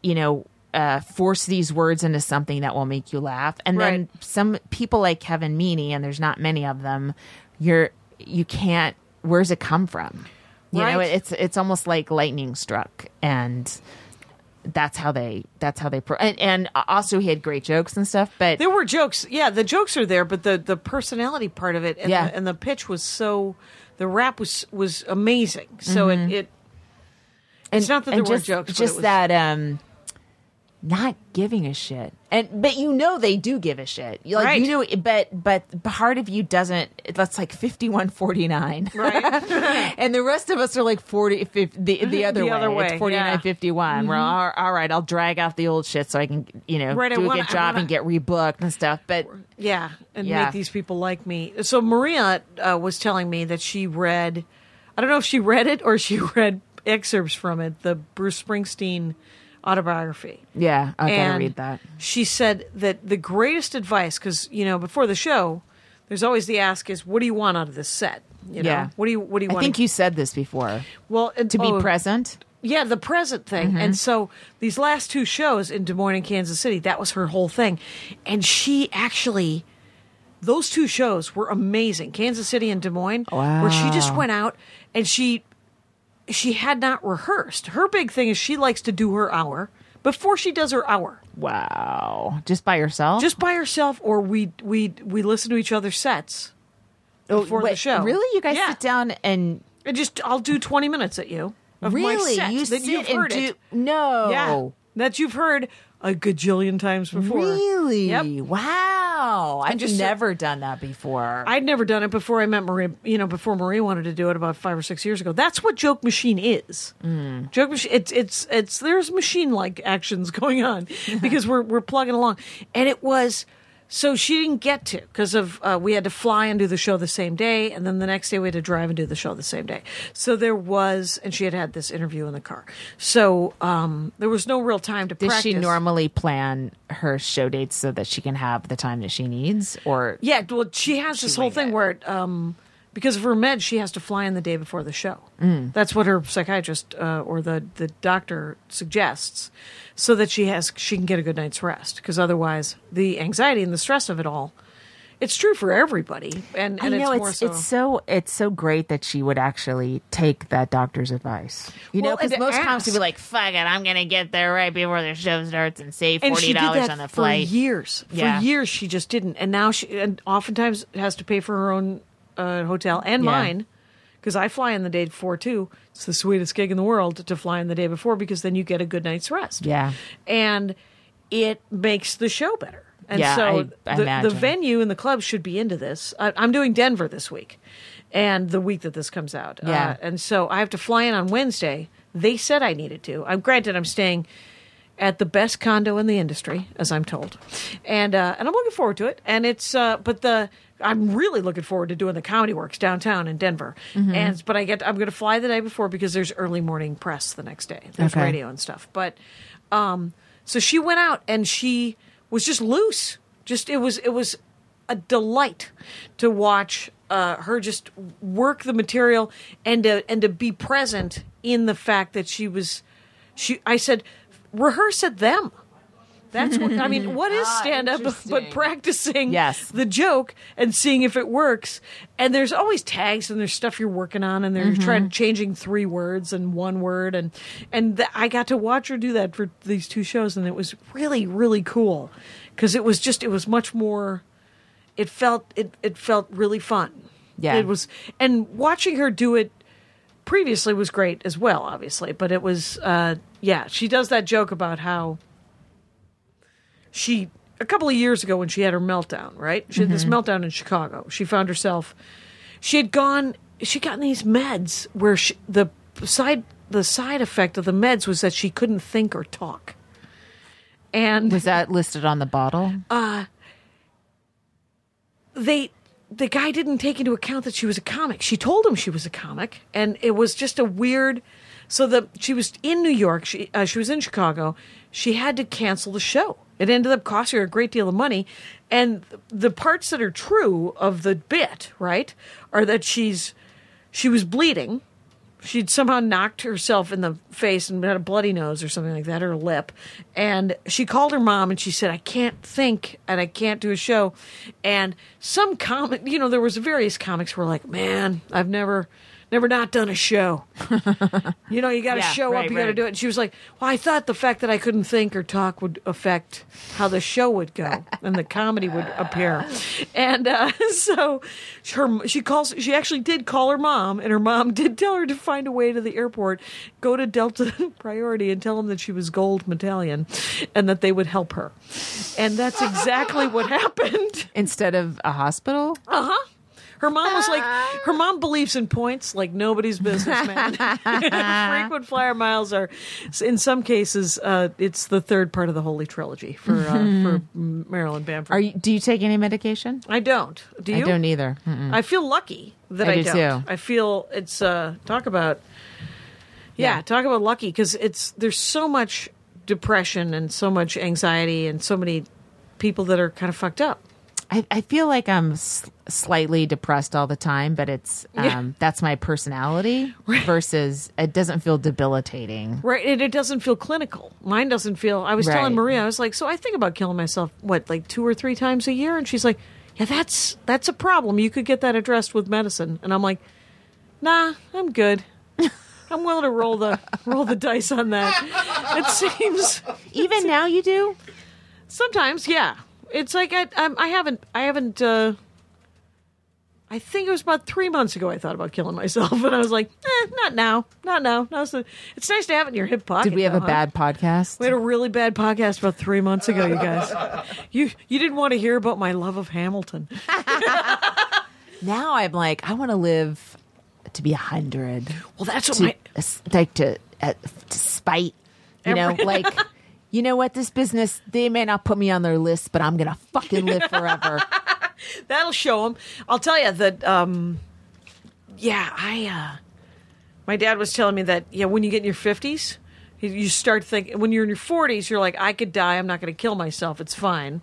[SPEAKER 3] you know, uh, force these words into something that will make you laugh. And then
[SPEAKER 4] Right.
[SPEAKER 3] some people like Kevin Meaney, and there's not many of them. You're you can't. Where's it come from? You know,
[SPEAKER 4] Right.
[SPEAKER 3] it's it's almost like lightning struck, and that's how they that's how they pro- and, and uh, also he had great jokes and stuff. But
[SPEAKER 4] There were jokes. Yeah, the jokes are there, but the the personality part of it and,
[SPEAKER 3] Yeah.
[SPEAKER 4] the, and the pitch was so the rap was was amazing. So
[SPEAKER 3] Mm-hmm.
[SPEAKER 4] it, it it's not that there
[SPEAKER 3] and
[SPEAKER 4] were
[SPEAKER 3] just,
[SPEAKER 4] jokes, but it
[SPEAKER 3] just
[SPEAKER 4] was-
[SPEAKER 3] that um not giving a shit and but you know they do give a shit you like
[SPEAKER 4] Right.
[SPEAKER 3] you know but but part of you doesn't that's like 5149
[SPEAKER 4] right?
[SPEAKER 3] and the rest of us are like 40 50, the, the other
[SPEAKER 4] The
[SPEAKER 3] way
[SPEAKER 4] other way, Mm-hmm.
[SPEAKER 3] it's 4951 we're all, all right i'll drag out the old shit so i can you know
[SPEAKER 4] Right, I
[SPEAKER 3] do a
[SPEAKER 4] wanna-
[SPEAKER 3] good
[SPEAKER 4] I
[SPEAKER 3] job
[SPEAKER 4] wanna-
[SPEAKER 3] and get rebooked and stuff but
[SPEAKER 4] yeah, and
[SPEAKER 3] Yeah.
[SPEAKER 4] make these people like me. So Maria uh, was telling me that she read, I don't know if she read it or she read excerpts from it, the Bruce Springsteen autobiography.
[SPEAKER 3] yeah i gotta
[SPEAKER 4] And
[SPEAKER 3] read that
[SPEAKER 4] She said that the greatest advice, because you know, before the show, there's always the ask is, "What do you want out of this set?" You know,
[SPEAKER 3] Yeah.
[SPEAKER 4] what do you what do you
[SPEAKER 3] i
[SPEAKER 4] want?
[SPEAKER 3] think you said this before
[SPEAKER 4] well and-
[SPEAKER 3] to be Mm-hmm.
[SPEAKER 4] oh,
[SPEAKER 3] present
[SPEAKER 4] Yeah, the present thing. And so these last two shows in Des Moines and Kansas City, that was her whole thing, and she actually. Those two shows were amazing, Kansas City and Des Moines, where she just
[SPEAKER 3] Wow.
[SPEAKER 4] went out and she she had not rehearsed. Her big thing is she likes to do her hour before she does her hour.
[SPEAKER 3] wow just by yourself
[SPEAKER 4] just by herself or we we we listen to each other's sets
[SPEAKER 3] Oh,
[SPEAKER 4] before the
[SPEAKER 3] wait,
[SPEAKER 4] show.
[SPEAKER 3] really you guys
[SPEAKER 4] Yeah.
[SPEAKER 3] sit down and
[SPEAKER 4] and just i'll do 20 minutes at you of my
[SPEAKER 3] really
[SPEAKER 4] set
[SPEAKER 3] you
[SPEAKER 4] that
[SPEAKER 3] sit
[SPEAKER 4] you've
[SPEAKER 3] and
[SPEAKER 4] heard
[SPEAKER 3] do Oh.
[SPEAKER 4] it
[SPEAKER 3] no
[SPEAKER 4] yeah that you've heard a gajillion times before
[SPEAKER 3] really
[SPEAKER 4] yep
[SPEAKER 3] wow i've
[SPEAKER 4] just sit-
[SPEAKER 3] never done that before
[SPEAKER 4] I'd never done it before I met Marie. You know, before Marie wanted to do it about five or six years ago. That's what Joke Machine is. Joke Machine. It's it's it's there's machine like actions going on because we're we're plugging along, and it was. So she didn't get to because of uh, we had to fly and do the show the same day, and then the next day we had to drive and do the show the same day. So there was, and she had had this interview in the car. So um, there was no real time to
[SPEAKER 3] does
[SPEAKER 4] practice.
[SPEAKER 3] she normally plan her show dates so that she can have the time that she needs or
[SPEAKER 4] Yeah, well, she has this whole
[SPEAKER 3] winged
[SPEAKER 4] thing
[SPEAKER 3] it.
[SPEAKER 4] where, um, because of her meds, she has to fly in the day before the show. Mm. That's what her psychiatrist uh, or the the doctor suggests, so that she has she can get a good night's rest. Because otherwise, the anxiety and the stress of it all, it's true for everybody, and, and
[SPEAKER 3] I know
[SPEAKER 4] it's
[SPEAKER 3] it's
[SPEAKER 4] more
[SPEAKER 3] it's,
[SPEAKER 4] so.
[SPEAKER 3] so it's so great that she would actually take that doctor's advice. You know,
[SPEAKER 4] Well, and
[SPEAKER 3] because
[SPEAKER 4] to
[SPEAKER 3] most comics would be
[SPEAKER 4] ask.
[SPEAKER 3] like, "Fuck it, I'm gonna get there right before the show starts and save
[SPEAKER 4] and
[SPEAKER 3] forty
[SPEAKER 4] she did
[SPEAKER 3] dollars
[SPEAKER 4] that
[SPEAKER 3] on the
[SPEAKER 4] for
[SPEAKER 3] flight."
[SPEAKER 4] years.
[SPEAKER 3] Yeah.
[SPEAKER 4] For years, she just didn't, and now she and oftentimes has to pay for her own uh, hotel and
[SPEAKER 3] Yeah.
[SPEAKER 4] mine because I fly in the day before too. It's the sweetest gig in the world to fly in the day before because then you get a good night's rest.
[SPEAKER 3] Yeah.
[SPEAKER 4] and it makes the show better. And
[SPEAKER 3] Yeah,
[SPEAKER 4] so
[SPEAKER 3] I- I
[SPEAKER 4] the, the
[SPEAKER 3] imagine.
[SPEAKER 4] venue and the club should be into this. I, I'm doing Denver this week, and the week that this comes out.
[SPEAKER 3] Yeah.
[SPEAKER 4] Uh, and so I have to fly in on Wednesday. They said I needed to. I'm granted I'm staying at the best condo in the industry, as I'm told, and uh, and I'm looking forward to it. And it's uh, but the I'm really looking forward to doing the Comedy Works downtown in Denver. And but I get I'm going to fly the day before because there's early morning press the next day. There's
[SPEAKER 3] Okay.
[SPEAKER 4] radio and stuff. But um, so she went out and she was just loose. Just it was it was a delight to watch uh, her just work the material and to and to be present in the fact that she was she I said rehearse at them. That's what I mean. What is
[SPEAKER 3] Ah,
[SPEAKER 4] stand up but
[SPEAKER 3] interesting.
[SPEAKER 4] practicing
[SPEAKER 3] Yes.
[SPEAKER 4] the joke and seeing if it works? And there's always tags and there's stuff you're working on and they're
[SPEAKER 3] Mm-hmm.
[SPEAKER 4] trying changing three words and one word and and th- I got to watch her do that for these two shows and it was really really cool because it was just it was much more it felt it it felt really fun.
[SPEAKER 3] Yeah.
[SPEAKER 4] It was and watching her do it previously was great as well, obviously, but it was uh yeah, she does that joke about how she a couple of years ago when she had her meltdown, right? She had this meltdown in Chicago. She found herself she had gone she got these meds where she, the side the side effect of the meds was that she couldn't think or talk. And
[SPEAKER 3] Was that listed on the bottle?
[SPEAKER 4] they the guy didn't take into account that she was a comic. She told him she was a comic, and it was just a weird. So the she was in New York. She uh, she was in Chicago. She had to cancel the show. It ended up costing her a great deal of money, and the parts that are true of the bit, right, are that she's she was bleeding she'd somehow knocked herself in the face and had a bloody nose or something like that, or lip. And she called her mom and she said, I can't think and I can't do a show. And some comic, you know, there was various comics who were like, man, I've never, never not done a show. you know, you got to
[SPEAKER 3] Yeah,
[SPEAKER 4] show
[SPEAKER 3] right,
[SPEAKER 4] up, you got to
[SPEAKER 3] right.
[SPEAKER 4] do it. And she was like, well, I thought the fact that I couldn't think or talk would affect how the show would go and the comedy would appear. And uh, so her, she calls, she actually did call her mom and her mom did tell her to find a way to the airport, go to Delta Priority and tell them that she was gold medallion and that they would help her. And that's exactly what happened.
[SPEAKER 3] Instead of a hospital?
[SPEAKER 4] Uh-huh. Her mom was like,
[SPEAKER 3] Ah.
[SPEAKER 4] her mom believes in points like nobody's business, man. Frequent flyer miles are, in some cases, uh, it's the third part of the Holy Trilogy for uh, for Marilyn Bamford.
[SPEAKER 3] Mm-hmm. Are you, do you take any medication?
[SPEAKER 4] I don't. Do you?
[SPEAKER 3] I don't either. Mm-mm.
[SPEAKER 4] I feel lucky that
[SPEAKER 3] I
[SPEAKER 4] I,
[SPEAKER 3] do
[SPEAKER 4] not
[SPEAKER 3] too.
[SPEAKER 4] I feel it's uh, talk about yeah,
[SPEAKER 3] Yeah.
[SPEAKER 4] talk about lucky because it's there's so much depression and so much anxiety and so many people that are kind of fucked up.
[SPEAKER 3] I, I feel like I'm s- slightly depressed all the time, but it's um,
[SPEAKER 4] Yeah.
[SPEAKER 3] that's my personality versus it doesn't feel debilitating.
[SPEAKER 4] Right, and it doesn't feel clinical. Mine doesn't feel. I was
[SPEAKER 3] Right.
[SPEAKER 4] telling Maria, I was like, so I think about killing myself what like two or three times a year, and she's like, yeah, that's that's a problem. You could get that addressed with medicine, and I'm like, nah, I'm good. I'm willing to roll the roll the dice on that. It seems
[SPEAKER 3] Even now, you do?
[SPEAKER 4] sometimes, yeah. It's like I I'm, I haven't I haven't. Uh, I think it was about three months ago I thought about killing myself, and I was like, eh, not now, not now. Now's the- it's nice to have it in your hip pocket.
[SPEAKER 3] Did we have
[SPEAKER 4] though,
[SPEAKER 3] a
[SPEAKER 4] huh?
[SPEAKER 3] bad podcast?
[SPEAKER 4] We had a really bad podcast about three months ago, you guys. You you didn't want to hear about my love of Hamilton.
[SPEAKER 3] now I'm like, I want to live to be a hundred.
[SPEAKER 4] Well, that's what
[SPEAKER 3] to
[SPEAKER 4] my
[SPEAKER 3] s- like to uh, to spite, you know,
[SPEAKER 4] Every-
[SPEAKER 3] like you know what this business they may not put me on their list, but I'm gonna fucking live forever.
[SPEAKER 4] that'll show them. I'll tell you that. Um, yeah, I. Uh, my dad was telling me that. Yeah, when you get in your fifties, you start thinking. When you're in your forties, you're like, I could die. I'm not going to kill myself. It's fine.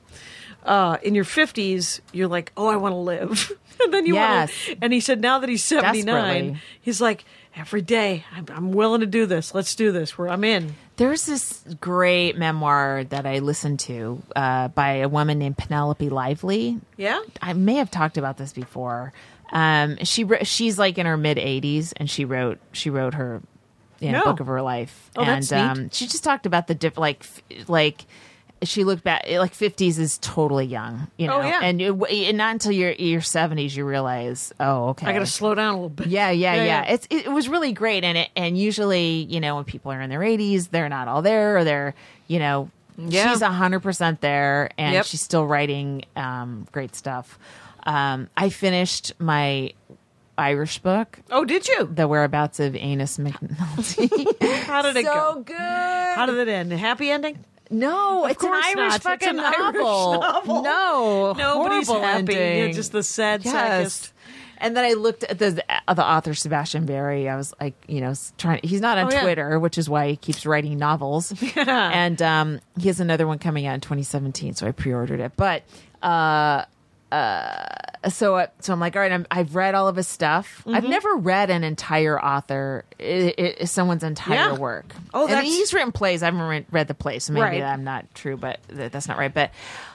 [SPEAKER 4] Uh, in your fifties, you're like, oh, I want to live. and then you
[SPEAKER 3] Yes.
[SPEAKER 4] want. And he said, now that he's seventy
[SPEAKER 3] Desperately.
[SPEAKER 4] nine, he's like, every day, I'm, I'm willing to do this. Let's do this. Where I'm in.
[SPEAKER 3] There's this great memoir that I listened to uh, by a woman named Penelope Lively.
[SPEAKER 4] Yeah.
[SPEAKER 3] I may have talked about this before. Um, she wr- she's like in her mid 80s, and she wrote she wrote her you know,
[SPEAKER 4] No.
[SPEAKER 3] book of her life,
[SPEAKER 4] Oh,
[SPEAKER 3] and
[SPEAKER 4] that's neat.
[SPEAKER 3] um, she just talked about the diff- like f- like she looked back like 50s is totally young, you know,
[SPEAKER 4] Oh, yeah.
[SPEAKER 3] and, it, w- and not until your your 70s you realize oh okay
[SPEAKER 4] I got to slow down a little bit.
[SPEAKER 3] yeah, yeah,
[SPEAKER 4] Yeah,
[SPEAKER 3] yeah.
[SPEAKER 4] yeah.
[SPEAKER 3] It's it, was really great, and it and usually you know when people are in their eighties, they're not all there, or they're you know
[SPEAKER 4] Yeah.
[SPEAKER 3] she's hundred percent there, and
[SPEAKER 4] Yep.
[SPEAKER 3] she's still writing um, great stuff. Um, I finished my Irish book,
[SPEAKER 4] Oh, did you?
[SPEAKER 3] The Whereabouts of Anus McNulty.
[SPEAKER 4] How did it go?
[SPEAKER 3] good.
[SPEAKER 4] How did it end? A happy ending?
[SPEAKER 3] No, it's an
[SPEAKER 4] course
[SPEAKER 3] Irish
[SPEAKER 4] not. It's
[SPEAKER 3] fucking
[SPEAKER 4] an Irish
[SPEAKER 3] novel.
[SPEAKER 4] novel.
[SPEAKER 3] No,
[SPEAKER 4] Nobody's
[SPEAKER 3] horrible
[SPEAKER 4] happy.
[SPEAKER 3] Ending.
[SPEAKER 4] You're just the sad
[SPEAKER 3] yes.
[SPEAKER 4] saddest.
[SPEAKER 3] And then I looked at the the author Sebastian Barry. I was like, you know, s- trying. He's not on
[SPEAKER 4] Oh, yeah.
[SPEAKER 3] Twitter, which is why he keeps writing novels. And um, he has another one coming out in 2017, so I pre-ordered it. But uh, uh, so I, so I'm like, all right, I'm, I've read all of his stuff.
[SPEAKER 4] Mm-hmm.
[SPEAKER 3] I've never read an entire author, i i someone's entire
[SPEAKER 4] Yeah.
[SPEAKER 3] work.
[SPEAKER 4] Oh,
[SPEAKER 3] And
[SPEAKER 4] that's-
[SPEAKER 3] he's written plays. I haven't re- read the play, so maybe
[SPEAKER 4] Right.
[SPEAKER 3] I'm not true, but th- that's not right. But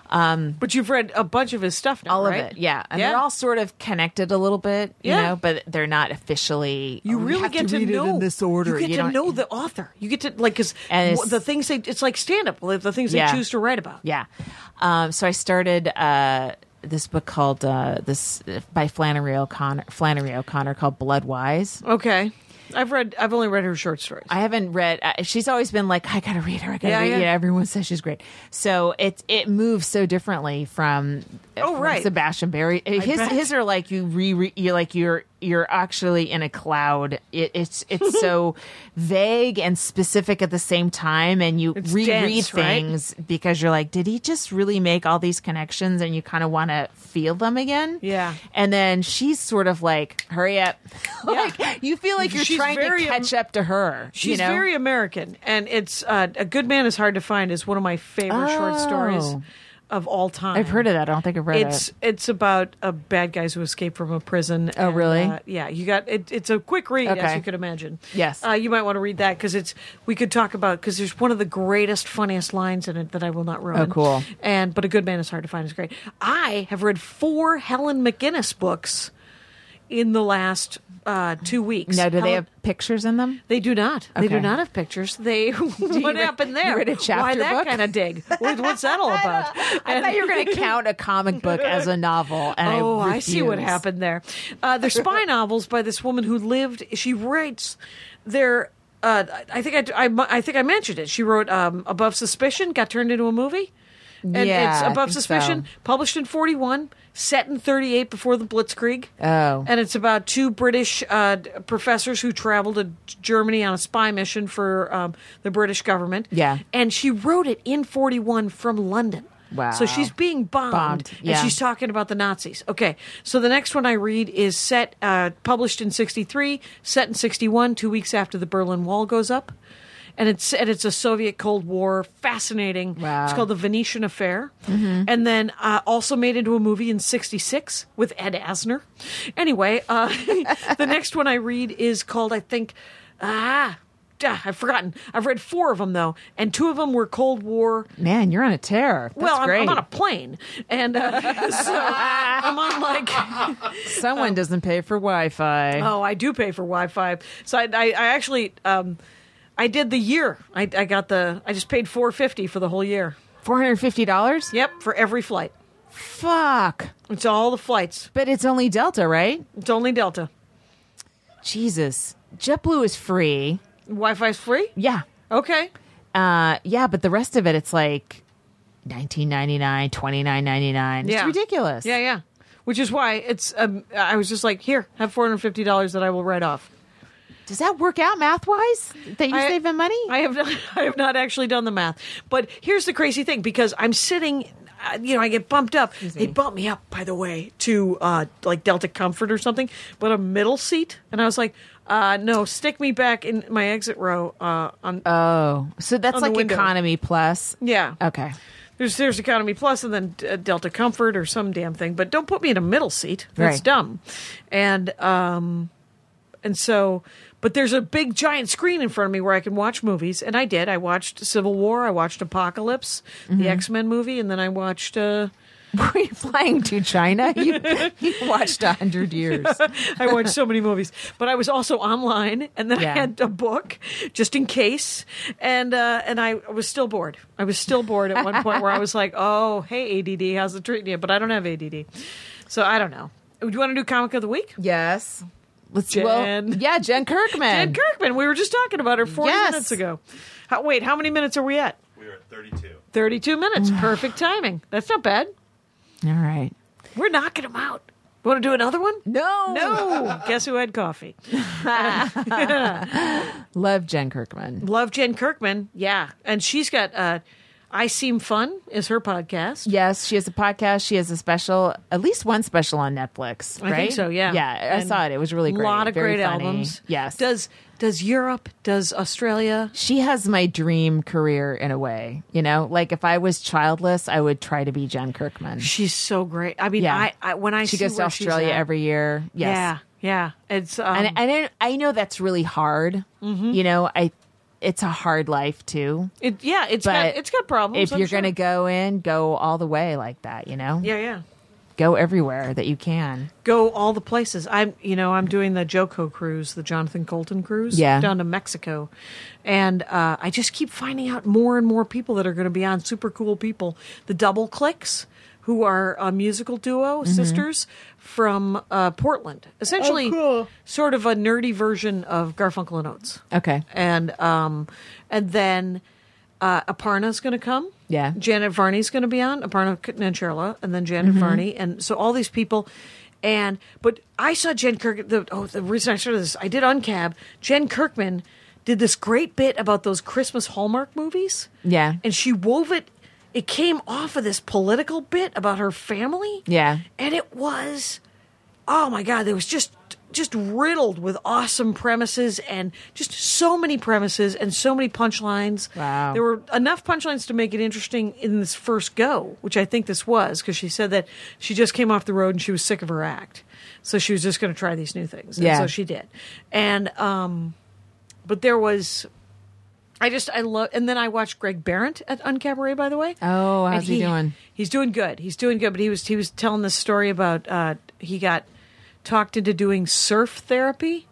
[SPEAKER 3] um,
[SPEAKER 4] But you've read a bunch of his stuff now,
[SPEAKER 3] all
[SPEAKER 4] right?
[SPEAKER 3] of it, yeah, and
[SPEAKER 4] Yeah.
[SPEAKER 3] they're all sort of connected a little bit, you
[SPEAKER 4] Yeah.
[SPEAKER 3] know, but they're not officially.
[SPEAKER 4] You
[SPEAKER 3] "Oh, we
[SPEAKER 4] really
[SPEAKER 3] have
[SPEAKER 4] get to,
[SPEAKER 3] read it
[SPEAKER 4] know
[SPEAKER 3] in this order.
[SPEAKER 4] You get
[SPEAKER 3] You
[SPEAKER 4] to
[SPEAKER 3] don't-
[SPEAKER 4] know the author. You get to like because
[SPEAKER 3] And it's-
[SPEAKER 4] the things they it's like stand up. The things
[SPEAKER 3] Yeah.
[SPEAKER 4] they choose to write about.
[SPEAKER 3] Yeah. Um, so I started uh, this book called uh, this by Flannery O'Connor, Flannery O'Connor called Bloodwise.
[SPEAKER 4] Okay, I've read. I've only read her short stories.
[SPEAKER 3] I haven't read. Uh, she's always been like, I gotta read her. I gotta
[SPEAKER 4] Yeah,
[SPEAKER 3] read
[SPEAKER 4] yeah.
[SPEAKER 3] it. Everyone says she's great. So it it moves so differently from
[SPEAKER 4] Oh,
[SPEAKER 3] from
[SPEAKER 4] right.
[SPEAKER 3] Sebastian Barry. his
[SPEAKER 4] bet.
[SPEAKER 3] his are like you re, re you like you're you're actually in a cloud. It, it's it's so vague and specific at the same time, and you
[SPEAKER 4] It's
[SPEAKER 3] reread
[SPEAKER 4] dense, right?
[SPEAKER 3] things because you're like, did he just really make all these connections? And you kind of want to feel them again.
[SPEAKER 4] Yeah.
[SPEAKER 3] And then she's sort of like, hurry up. like you feel like you're
[SPEAKER 4] She's
[SPEAKER 3] trying to
[SPEAKER 4] very em-
[SPEAKER 3] catch up to her.
[SPEAKER 4] She's
[SPEAKER 3] you know?
[SPEAKER 4] very American, and it's uh, a good man is hard to find is one of my favorite short stories.
[SPEAKER 3] Oh.
[SPEAKER 4] of all time.
[SPEAKER 3] I've heard of that. I don't think I've read
[SPEAKER 4] It's
[SPEAKER 3] it.
[SPEAKER 4] it's about uh, bad guys who escape from a prison.
[SPEAKER 3] Oh, really?
[SPEAKER 4] uh, yeah, you got it. It's a quick read, as
[SPEAKER 3] Okay.
[SPEAKER 4] you could imagine.
[SPEAKER 3] Yes.
[SPEAKER 4] uh, you might want to read that because it's we could talk about because there's one of the greatest, funniest lines in it that I will not ruin.
[SPEAKER 3] Oh, cool.
[SPEAKER 4] And but a good man is hard to find is great. I have read four Helen McGinnis books in the last uh, two weeks.
[SPEAKER 3] Now, do they
[SPEAKER 4] Helen-
[SPEAKER 3] have pictures in them?
[SPEAKER 4] they do not. They do
[SPEAKER 3] Okay.
[SPEAKER 4] not have pictures. They what
[SPEAKER 3] read-
[SPEAKER 4] happened
[SPEAKER 3] you
[SPEAKER 4] there?
[SPEAKER 3] read a
[SPEAKER 4] Why
[SPEAKER 3] chapter
[SPEAKER 4] that
[SPEAKER 3] book?
[SPEAKER 4] kind of dig? What- What's that all about?
[SPEAKER 3] I thought you were going to count a comic book as a novel. And
[SPEAKER 4] oh,
[SPEAKER 3] I,
[SPEAKER 4] I see what
[SPEAKER 3] refuse.
[SPEAKER 4] happened there. Uh, they're spy novels by this woman who lived. She writes. They're. Uh, I think I, I, I think I mentioned it. She wrote um, Above Suspicion, got turned into a movie. And
[SPEAKER 3] Yeah,
[SPEAKER 4] it's
[SPEAKER 3] I
[SPEAKER 4] Above
[SPEAKER 3] think
[SPEAKER 4] Suspicion,
[SPEAKER 3] so.
[SPEAKER 4] published in 41, set in 38 before the Blitzkrieg.
[SPEAKER 3] Oh.
[SPEAKER 4] And it's about two British uh, d- professors who traveled to Germany on a spy mission for um, the British government.
[SPEAKER 3] Yeah.
[SPEAKER 4] And she wrote it in 41 from London.
[SPEAKER 3] Wow.
[SPEAKER 4] So she's being bombed,
[SPEAKER 3] Bombed, yeah.
[SPEAKER 4] and she's talking about the Nazis. Okay, so the next one I read is set, uh, published in '63, set in '61, two weeks after the Berlin Wall goes up, and it's and it's a Soviet Cold War, fascinating.
[SPEAKER 3] Wow.
[SPEAKER 4] It's called the Venetian Affair, and then uh, also made into a movie in '66 with Ed Asner. Anyway, uh, the next one I read is called, I think, ah. duh, I've forgotten. I've read four of them though, and two of them were Cold War
[SPEAKER 3] Man, you're on a tear. That's
[SPEAKER 4] well, I'm,
[SPEAKER 3] great.
[SPEAKER 4] I'm on a plane, and uh, so I'm on like.
[SPEAKER 3] Someone doesn't pay for Wi-Fi.
[SPEAKER 4] Oh, I do pay for Wi-Fi, so I, I, I actually, um, I did the year. I, I got the. I just paid four fifty for the whole year.
[SPEAKER 3] Four hundred fifty dollars.
[SPEAKER 4] Yep, for every flight.
[SPEAKER 3] Fuck.
[SPEAKER 4] It's all the flights.
[SPEAKER 3] But it's only Delta, right?
[SPEAKER 4] It's only Delta.
[SPEAKER 3] Jesus. JetBlue is free.
[SPEAKER 4] Wi-Fi's free.
[SPEAKER 3] Yeah.
[SPEAKER 4] Okay.
[SPEAKER 3] Uh, yeah, but the rest of it, it's like. 1999 29.99 it's
[SPEAKER 4] Yeah.
[SPEAKER 3] ridiculous
[SPEAKER 4] Yeah, yeah. Which is why it's. Um, I was just like, here, have four hundred fifty dollars that I will write off.
[SPEAKER 3] does that work out math wise that you
[SPEAKER 4] I-
[SPEAKER 3] save saving money
[SPEAKER 4] I have not, I have not actually done the math, but here's the crazy thing: because I'm sitting, uh, you know, I get bumped up. They bumped me up, by the way, to uh, like Delta Comfort or something, but a middle seat, and I was like, uh, no, stick me back in my exit row. Uh, on
[SPEAKER 3] oh so that's
[SPEAKER 4] On the
[SPEAKER 3] like
[SPEAKER 4] window.
[SPEAKER 3] economy plus
[SPEAKER 4] yeah,
[SPEAKER 3] okay
[SPEAKER 4] there's there's economy plus and then uh, Delta Comfort or some damn thing, but don't put me in a middle seat. That's
[SPEAKER 3] Right.
[SPEAKER 4] dumb, and um, and so. But there's a big giant screen in front of me where I can watch movies, and I did. I watched Civil War, I watched Apocalypse, the X Men movie, and then I watched. Uh,
[SPEAKER 3] Were you flying to China? You, you watched a hundred years.
[SPEAKER 4] I watched so many movies, but I was also online, and then
[SPEAKER 3] Yeah.
[SPEAKER 4] I had a book just in case, and uh, and I was still bored. I was still bored at one point where I was like, "Oh, hey, ADD, how's it treating you?" But I don't have ADD, so I don't know. Do you want to do comic of the week?
[SPEAKER 3] Yes. Let's
[SPEAKER 4] Jen.
[SPEAKER 3] well, yeah, Jen
[SPEAKER 4] Jen
[SPEAKER 3] Kirkman.
[SPEAKER 4] Kirkman, we were just talking about her 40
[SPEAKER 3] Yes.
[SPEAKER 4] minutes ago. How, wait, how many minutes are we at?
[SPEAKER 2] We are at 32.
[SPEAKER 4] 32 minutes. Perfect timing. That's not bad.
[SPEAKER 3] All right.
[SPEAKER 4] We're knocking them out. Want to do another one?
[SPEAKER 3] No,
[SPEAKER 4] No. Guess who had coffee?
[SPEAKER 3] Love Jen Kirkman.
[SPEAKER 4] Love Jen Kirkman. Yeah. And she's got uh I Seem Fun is her podcast.
[SPEAKER 3] Yes, she has a podcast. She has a special, at least one special on Netflix.
[SPEAKER 4] I
[SPEAKER 3] Right?
[SPEAKER 4] think so, yeah.
[SPEAKER 3] Yeah, I
[SPEAKER 4] And
[SPEAKER 3] saw it. It was really great.
[SPEAKER 4] A lot of
[SPEAKER 3] Very
[SPEAKER 4] great
[SPEAKER 3] funny.
[SPEAKER 4] albums.
[SPEAKER 3] Yes.
[SPEAKER 4] Does does Europe, does Australia?
[SPEAKER 3] she has my dream career in a way? You know, like if I was childless, I would try to be Jen Kirkman.
[SPEAKER 4] She's so great. I mean,
[SPEAKER 3] Yeah.
[SPEAKER 4] I, I when I
[SPEAKER 3] She
[SPEAKER 4] see
[SPEAKER 3] goes to
[SPEAKER 4] where she's
[SPEAKER 3] Australia
[SPEAKER 4] at-
[SPEAKER 3] every year. Yes.
[SPEAKER 4] Yeah. Yeah. It's um, Mm-hmm.
[SPEAKER 3] and I don't, I know that's really hard. You know, I it's a hard life too.
[SPEAKER 4] It, yeah, it's
[SPEAKER 3] But
[SPEAKER 4] got it's got problems.
[SPEAKER 3] if
[SPEAKER 4] I'm
[SPEAKER 3] you're
[SPEAKER 4] sure.
[SPEAKER 3] gonna go in, go all the way like that. You know,
[SPEAKER 4] yeah, yeah,
[SPEAKER 3] go everywhere that you can.
[SPEAKER 4] go all the places. I'm, you know, I'm doing the Joco cruise, the Jonathan Colton cruise,
[SPEAKER 3] Yeah.
[SPEAKER 4] down to Mexico, and uh, I just keep finding out more and more people that are going to be on. Super cool people, the Double Clicks, who are a musical duo, sisters from uh, Portland, essentially sort of a nerdy version of Garfunkel and Oates
[SPEAKER 3] Okay,
[SPEAKER 4] and um, and then uh, Aparna's going to come.
[SPEAKER 3] Yeah.
[SPEAKER 4] Janet Varney's going to be on Aparna Nancherla, and then Janet
[SPEAKER 3] Mm-hmm.
[SPEAKER 4] Varney, and so all these people. And but I saw Jen Kirk. The, oh, the reason I started this, I did Uncab. Jen Kirkman did this great bit about those Christmas Hallmark movies.
[SPEAKER 3] Yeah.
[SPEAKER 4] and she wove it. It came off of this political bit about her family.
[SPEAKER 3] Yeah.
[SPEAKER 4] and it was oh my god there was just just riddled with awesome premises and just so many premises and so many punchlines.
[SPEAKER 3] Wow.
[SPEAKER 4] There were enough punchlines to make it interesting in this first go, which I think this was, because she said that she just came off the road and she was sick of her act. So she was just going to try these new things. And
[SPEAKER 3] Yeah.
[SPEAKER 4] so she did. And, um, but there was. I just I love and then I watched Greg Barrett at Uncabaret by the way.
[SPEAKER 3] Oh,
[SPEAKER 4] And
[SPEAKER 3] how's he doing?
[SPEAKER 4] He's doing good. He's doing good, but he was he was telling this story about uh he got talked into doing surf therapy.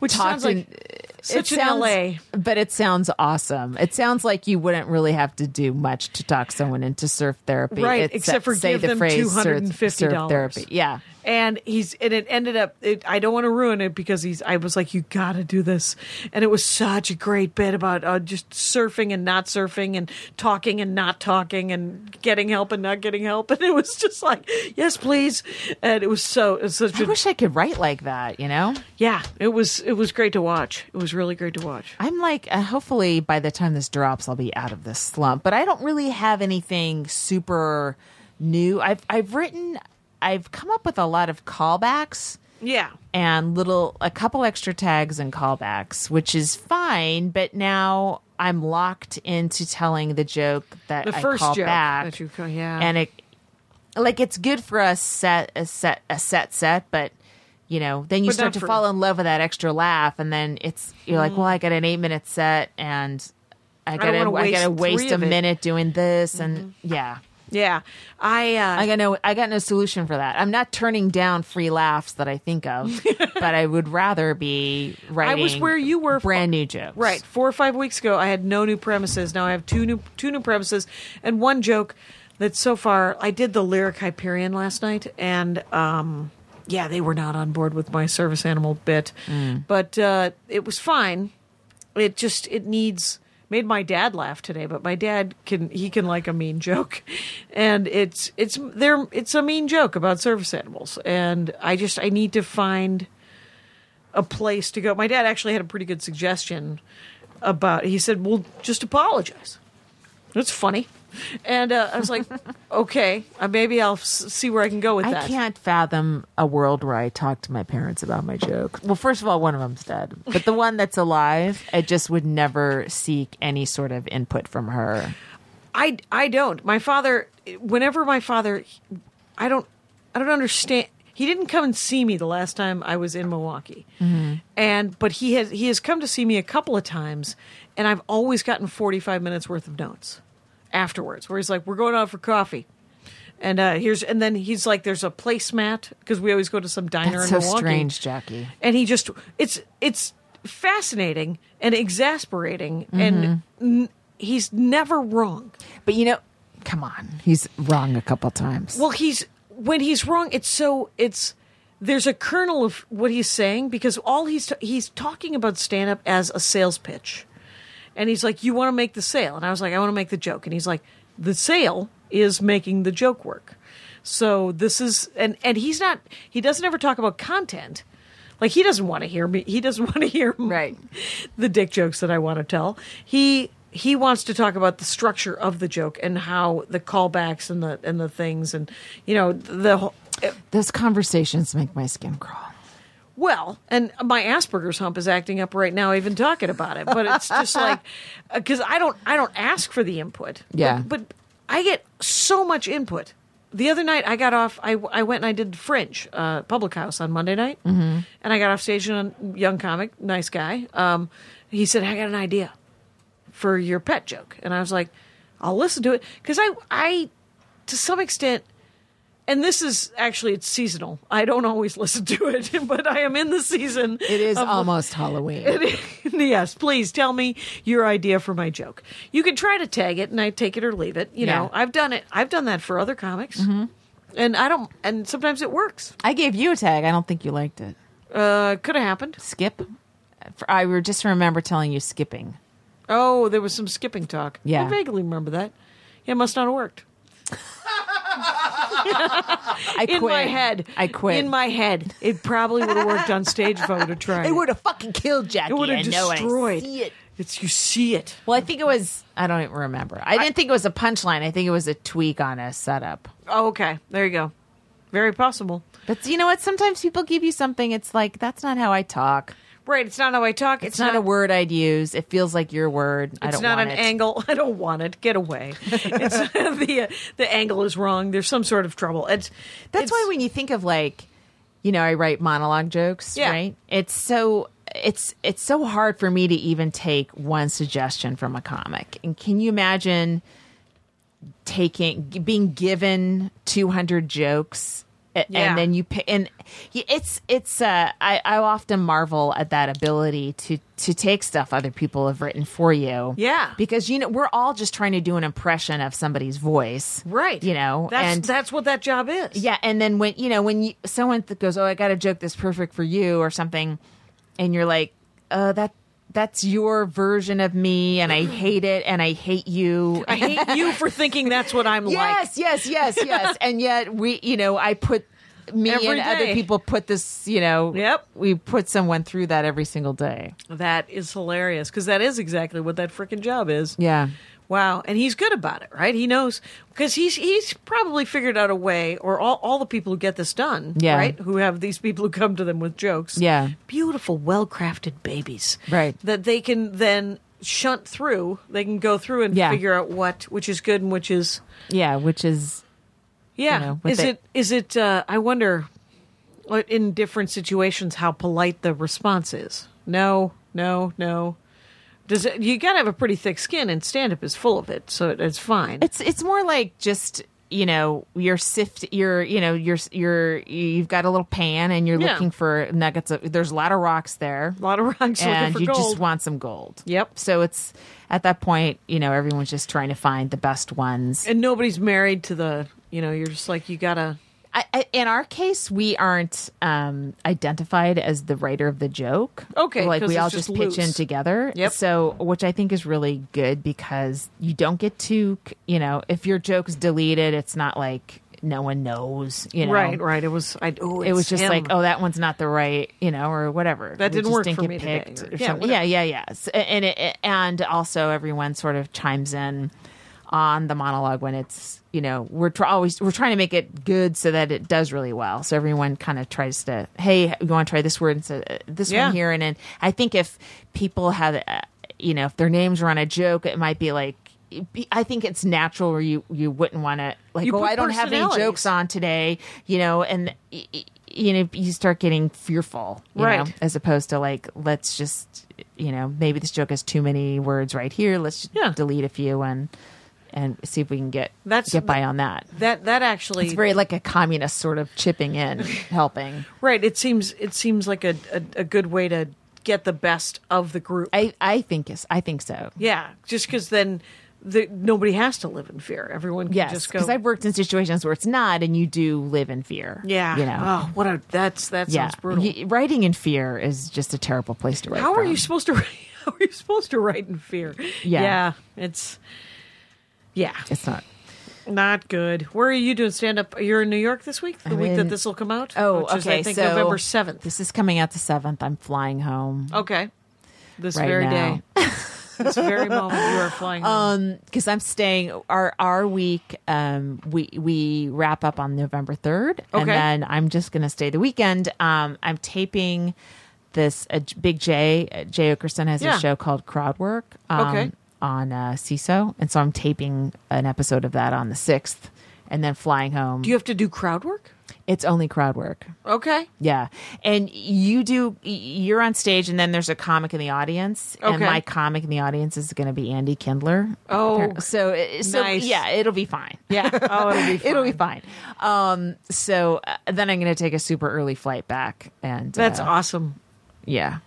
[SPEAKER 4] Which sounds
[SPEAKER 3] Talked
[SPEAKER 4] like
[SPEAKER 3] in-
[SPEAKER 4] such
[SPEAKER 3] it
[SPEAKER 4] an
[SPEAKER 3] sounds,
[SPEAKER 4] LA.
[SPEAKER 3] but it sounds awesome. It sounds like you wouldn't really have to do much to talk someone into surf therapy,
[SPEAKER 4] Right,
[SPEAKER 3] It's- uh,
[SPEAKER 4] except for
[SPEAKER 3] say
[SPEAKER 4] give
[SPEAKER 3] the
[SPEAKER 4] them
[SPEAKER 3] phrase
[SPEAKER 4] $250
[SPEAKER 3] surf, surf therapy. Yeah,
[SPEAKER 4] and he's and it ended up it, i don't want to ruin it because he's i was like you gotta do this and it was such a great bit about uh, just surfing and not surfing and talking and not talking and getting help and not getting help and it was just like yes please and it was so it was such
[SPEAKER 3] I
[SPEAKER 4] a
[SPEAKER 3] wish I could write like that. You know,
[SPEAKER 4] yeah it was it was great to watch it was really great to watch
[SPEAKER 3] I'm like, uh, hopefully by the time this drops, I'll be out of this slump. But I don't really have anything super new. I've I've written, I've come up with a lot of callbacks.
[SPEAKER 4] yeah
[SPEAKER 3] and little a couple extra tags and callbacks, which is fine. But now I'm locked into telling the joke that
[SPEAKER 4] The
[SPEAKER 3] I
[SPEAKER 4] first
[SPEAKER 3] call
[SPEAKER 4] joke
[SPEAKER 3] back.
[SPEAKER 4] that you call- yeah.
[SPEAKER 3] and it like it's good for a set a set a set set, but you know then you
[SPEAKER 4] But
[SPEAKER 3] start
[SPEAKER 4] not
[SPEAKER 3] to
[SPEAKER 4] for- Hmm.
[SPEAKER 3] fall in love with that extra laugh, and then it's you're like, well, I got an eight minute set, and I
[SPEAKER 4] don't
[SPEAKER 3] gotta I,
[SPEAKER 4] wanna
[SPEAKER 3] gotta
[SPEAKER 4] waste
[SPEAKER 3] waste
[SPEAKER 4] three
[SPEAKER 3] a
[SPEAKER 4] of it. Mm-hmm.
[SPEAKER 3] minute doing this, and yeah.
[SPEAKER 4] yeah i uh
[SPEAKER 3] I got no I got no solution for that. I'm not turning down free laughs that I think of, but I would rather be writing
[SPEAKER 4] was where you were fo-
[SPEAKER 3] brand new jokes.
[SPEAKER 4] Right. Four or five weeks ago, I had no new premises. Now I have two new two new premises and one joke that so far I did the lyric Hyperion last night, and um, yeah, they were not on board with my service animal bit, but uh, it was fine. It just it needs made my dad laugh today, but my dad can he can like a mean joke, and it's it's there it's a mean joke about service animals, and I just I need to find a place to go. My dad actually had a pretty good suggestion about. He said, "Well, just apologize." That's funny, and uh, I was like, "Okay, uh, maybe I'll s- see where I can go with
[SPEAKER 3] I
[SPEAKER 4] that."
[SPEAKER 3] can't fathom a world where I talk to my parents about my joke. Well, first of all, one of them's dead, but the one that's alive, I just would never seek any sort of input from her.
[SPEAKER 4] I I don't. My father, whenever my father, I don't I don't understand. He didn't come and see me the last time I was in Milwaukee,
[SPEAKER 3] Mm-hmm.
[SPEAKER 4] and but he has he has come to see me a couple of times, and I've always gotten forty five minutes worth of notes afterwards, where he's like, "We're going out for coffee." And uh, here's and then he's like, "There's a placemat because we always go to some diner
[SPEAKER 3] That's so
[SPEAKER 4] in Milwaukee."
[SPEAKER 3] strange, Jackie.
[SPEAKER 4] and he just it's it's fascinating and exasperating and
[SPEAKER 3] Mm-hmm.
[SPEAKER 4] n- he's never wrong
[SPEAKER 3] But you know, come on, he's wrong a couple times.
[SPEAKER 4] well he's when he's wrong it's so it's there's a kernel of what he's saying because all he's he's talking about stand up as a sales pitch and he's like you want to make the sale and i was like i want to make the joke and he's like the sale is making the joke work so this is and and he's not he doesn't ever talk about content like he doesn't want to hear me he doesn't want to hear
[SPEAKER 3] Right.
[SPEAKER 4] the dick jokes that I want to tell. He he wants to talk about the structure of the joke and how the callbacks and the and the things and you know the whole-
[SPEAKER 3] Those conversations make my skin crawl.
[SPEAKER 4] well and my Asperger's hump is acting up right now even talking about it. But it's just like because I don't I don't ask for the input.
[SPEAKER 3] Yeah.
[SPEAKER 4] but, but I get so much input. The other night I got off. I, I went and I did Fringe uh, Public House on Monday night, mm-hmm. and I got off stage. And a young comic, nice guy, um, he said, "I got an idea." for your pet joke. And I was like, I'll listen to it because I, I, to some extent, and this is actually it's seasonal. I don't always listen to it, but I am in the season.
[SPEAKER 3] It is
[SPEAKER 4] of-
[SPEAKER 3] almost Halloween.
[SPEAKER 4] yes, please tell me your idea for my joke. You can try to tag it, and I take it or leave it. You know,
[SPEAKER 3] Yeah. Mm-hmm.
[SPEAKER 4] I've done it. I've done that for other comics, and I don't. And sometimes it works.
[SPEAKER 3] I gave you a tag. I don't think you liked it.
[SPEAKER 4] Uh, could have happened.
[SPEAKER 3] skip. For- I re- just remember telling you skipping.
[SPEAKER 4] Oh, there was some skipping talk.
[SPEAKER 3] Yeah.
[SPEAKER 4] I vaguely remember that. It must not have worked.
[SPEAKER 3] I
[SPEAKER 4] in
[SPEAKER 3] quit.
[SPEAKER 4] my head.
[SPEAKER 3] I quit.
[SPEAKER 4] In my head. It probably would have worked on stage if I would have tried.
[SPEAKER 3] It would have fucking killed Jackie.
[SPEAKER 4] It would have
[SPEAKER 3] I know it. I
[SPEAKER 4] destroyed.
[SPEAKER 3] see it.
[SPEAKER 4] It's you see it.
[SPEAKER 3] Well, I think it was. I don't even remember. I didn't think it was a punchline. I think it was a tweak on a setup.
[SPEAKER 4] Oh, okay. There you go. Very possible.
[SPEAKER 3] But you know what? Sometimes people give you something. It's like that's not how I talk.
[SPEAKER 4] Right. It's not how I talk.
[SPEAKER 3] It's, not, a word I'd use. It feels like your word. I
[SPEAKER 4] It's
[SPEAKER 3] don't
[SPEAKER 4] not
[SPEAKER 3] want
[SPEAKER 4] an
[SPEAKER 3] it.
[SPEAKER 4] angle. I don't want it. Get away. It's the uh, the angle is wrong. There's some sort of trouble. It's
[SPEAKER 3] That's
[SPEAKER 4] it's-
[SPEAKER 3] why when you think of like, you know, I write monologue jokes,
[SPEAKER 4] Yeah.
[SPEAKER 3] right? It's so it's it's so hard for me to even take one suggestion from a comic. And can you imagine taking being given 200 jokes a-
[SPEAKER 4] Yeah.
[SPEAKER 3] and then you pick and y- it's it's uh I, I often marvel at that ability to to take stuff other people have written for you
[SPEAKER 4] Yeah.
[SPEAKER 3] because you know we're all just trying to do an impression of somebody's voice
[SPEAKER 4] right.
[SPEAKER 3] you know
[SPEAKER 4] that's
[SPEAKER 3] and
[SPEAKER 4] that's what that job is.
[SPEAKER 3] yeah, and then when you know when you, someone th- goes, "Oh, I got a joke that's perfect for you" or something, and you're like, "Uh, that that's your version of me, and I hate it, and I hate you."
[SPEAKER 4] I hate you for thinking that's what I'm like.
[SPEAKER 3] yes, yes, yes, yes, and yet we, you know, I put me
[SPEAKER 4] Every
[SPEAKER 3] and
[SPEAKER 4] day.
[SPEAKER 3] other people put this, you know,
[SPEAKER 4] Yep.
[SPEAKER 3] we put someone through that every single day.
[SPEAKER 4] That is hilarious because that is exactly what that freaking job is.
[SPEAKER 3] Yeah.
[SPEAKER 4] Wow. And he's good about it, right? He knows because he's he's probably figured out a way, or all, all the people who get this done,
[SPEAKER 3] Yeah.
[SPEAKER 4] right? Who have these people who come to them with jokes.
[SPEAKER 3] Yeah.
[SPEAKER 4] Beautiful, well crafted babies.
[SPEAKER 3] Right.
[SPEAKER 4] That they can then shunt through. They can go through and
[SPEAKER 3] Yeah.
[SPEAKER 4] figure out what which is good and which is
[SPEAKER 3] Yeah, which is
[SPEAKER 4] yeah.
[SPEAKER 3] know, with
[SPEAKER 4] is
[SPEAKER 3] it-
[SPEAKER 4] it is it uh I wonder like, in different situations how polite the response is. No, no, no. Does it, you gotta have a pretty thick skin, and stand up is full of it, so it, it's fine.
[SPEAKER 3] It's it's more like just you know your sift your you know your your you've got a little pan and you're
[SPEAKER 4] Yeah.
[SPEAKER 3] looking for nuggets of there's a lot of rocks there
[SPEAKER 4] A lot of rocks looking
[SPEAKER 3] and
[SPEAKER 4] for
[SPEAKER 3] you
[SPEAKER 4] gold.
[SPEAKER 3] just want some gold
[SPEAKER 4] Yep.
[SPEAKER 3] so it's at that point you know everyone's just trying to find the best ones
[SPEAKER 4] and nobody's married to the, you know, you're just like, you gotta.
[SPEAKER 3] I, I, in our case we aren't um identified as the writer of the joke
[SPEAKER 4] Okay,
[SPEAKER 3] like
[SPEAKER 4] 'cause
[SPEAKER 3] we
[SPEAKER 4] it's
[SPEAKER 3] all
[SPEAKER 4] just
[SPEAKER 3] just, pitch in
[SPEAKER 4] loose.
[SPEAKER 3] together
[SPEAKER 4] Yep.
[SPEAKER 3] so which i think is really good because you don't get too c- you know if your joke's deleted it's not like no one knows you know
[SPEAKER 4] Right, right. It was, I, oh,
[SPEAKER 3] it was
[SPEAKER 4] it's
[SPEAKER 3] just
[SPEAKER 4] him.
[SPEAKER 3] like, oh, that one's not the right, you know, or whatever.
[SPEAKER 4] That
[SPEAKER 3] We just
[SPEAKER 4] didn't work for
[SPEAKER 3] get
[SPEAKER 4] me today,
[SPEAKER 3] picked
[SPEAKER 4] or-
[SPEAKER 3] or
[SPEAKER 4] yeah,
[SPEAKER 3] something. yeah, yeah, yeah. S- And it, and also everyone sort of chimes in on the monologue when it's you know we're tr- always we're trying to make it good so that it does really well. So everyone kind of tries to, hey, you want to try this word and so, uh, this
[SPEAKER 4] Yeah.
[SPEAKER 3] one here, and then I think if people had, uh, you know, if their names were on a joke, it might be like. it'd be- I think it's natural where you, you wouldn't want to like
[SPEAKER 4] You
[SPEAKER 3] oh
[SPEAKER 4] put
[SPEAKER 3] I don't have any
[SPEAKER 4] personalities.
[SPEAKER 3] jokes on today, you know, and y- y- you know you start getting fearful, you
[SPEAKER 4] Right.
[SPEAKER 3] know, as opposed to like let's just you know maybe this joke has too many words right here. Let's just
[SPEAKER 4] Yeah.
[SPEAKER 3] delete a few and and see if we can get
[SPEAKER 4] That's-
[SPEAKER 3] get by on that.
[SPEAKER 4] that, that actually.
[SPEAKER 3] It's very like a communist sort of chipping in, helping.
[SPEAKER 4] right. It seems, it seems like a, a, a good way to get the best of the group.
[SPEAKER 3] I I think is I think so.
[SPEAKER 4] yeah. Just because then the, nobody has to live in fear. Everyone can
[SPEAKER 3] Yes,
[SPEAKER 4] just go.
[SPEAKER 3] because I've worked in situations where it's not, and you do live in fear.
[SPEAKER 4] yeah.
[SPEAKER 3] you know.
[SPEAKER 4] Oh, what a, that's, that
[SPEAKER 3] yeah,
[SPEAKER 4] sounds brutal.
[SPEAKER 3] Y- writing in fear is just a terrible place to write.
[SPEAKER 4] how are
[SPEAKER 3] from.
[SPEAKER 4] you supposed to, how are you supposed to write in fear?
[SPEAKER 3] Yeah.
[SPEAKER 4] Yeah. It's, yeah.
[SPEAKER 3] It's not.
[SPEAKER 4] Not good. Where are you doing stand up? You're in New York this week, the
[SPEAKER 3] I'm
[SPEAKER 4] week
[SPEAKER 3] in-
[SPEAKER 4] that this will come out.
[SPEAKER 3] Oh,
[SPEAKER 4] which is,
[SPEAKER 3] okay.
[SPEAKER 4] I think
[SPEAKER 3] so
[SPEAKER 4] November seventh.
[SPEAKER 3] This is coming out the seventh. I'm flying home
[SPEAKER 4] Okay, this
[SPEAKER 3] right
[SPEAKER 4] very
[SPEAKER 3] now Um,
[SPEAKER 4] day, this very moment you are flying. home.
[SPEAKER 3] because I'm staying our our week. Um, we we wrap up on November third, and
[SPEAKER 4] Okay.
[SPEAKER 3] then I'm just gonna stay the weekend. Um, I'm taping this uh, J- Big J uh, Jay Okerson has
[SPEAKER 4] Yeah.
[SPEAKER 3] a show called Crowdwork. Um,
[SPEAKER 4] Okay.
[SPEAKER 3] On uh, CISO, and so I'm taping an episode of that on the sixth, and then flying home.
[SPEAKER 4] do you have to do crowd work?
[SPEAKER 3] it's only crowd work.
[SPEAKER 4] Okay,
[SPEAKER 3] Yeah. And you do, y- you're on stage, and then there's a comic in the audience. And
[SPEAKER 4] Okay.
[SPEAKER 3] my comic in the audience is going to be Andy Kindler.
[SPEAKER 4] Oh,
[SPEAKER 3] Appar- so, it- so
[SPEAKER 4] nice.
[SPEAKER 3] yeah, it'll be fine.
[SPEAKER 4] yeah. Oh, it'll be
[SPEAKER 3] It'll be fine. Um, so uh, then I'm going to take a super early flight back. And
[SPEAKER 4] That's
[SPEAKER 3] uh,
[SPEAKER 4] awesome.
[SPEAKER 3] Yeah.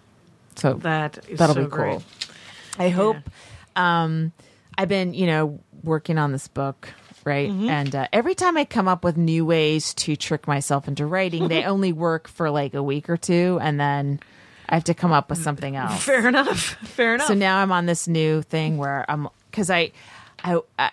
[SPEAKER 3] So
[SPEAKER 4] That is
[SPEAKER 3] that'll
[SPEAKER 4] so
[SPEAKER 3] be cool.
[SPEAKER 4] great.
[SPEAKER 3] I hope. Um, I've been, you know, working on this book, right?
[SPEAKER 4] Mm-hmm.
[SPEAKER 3] And uh, every time I come up with new ways to trick myself into writing, they only work for like a week or two, and then I have to come up with something else.
[SPEAKER 4] Fair enough. Fair enough.
[SPEAKER 3] So now I'm on this new thing where I'm because I, I, I,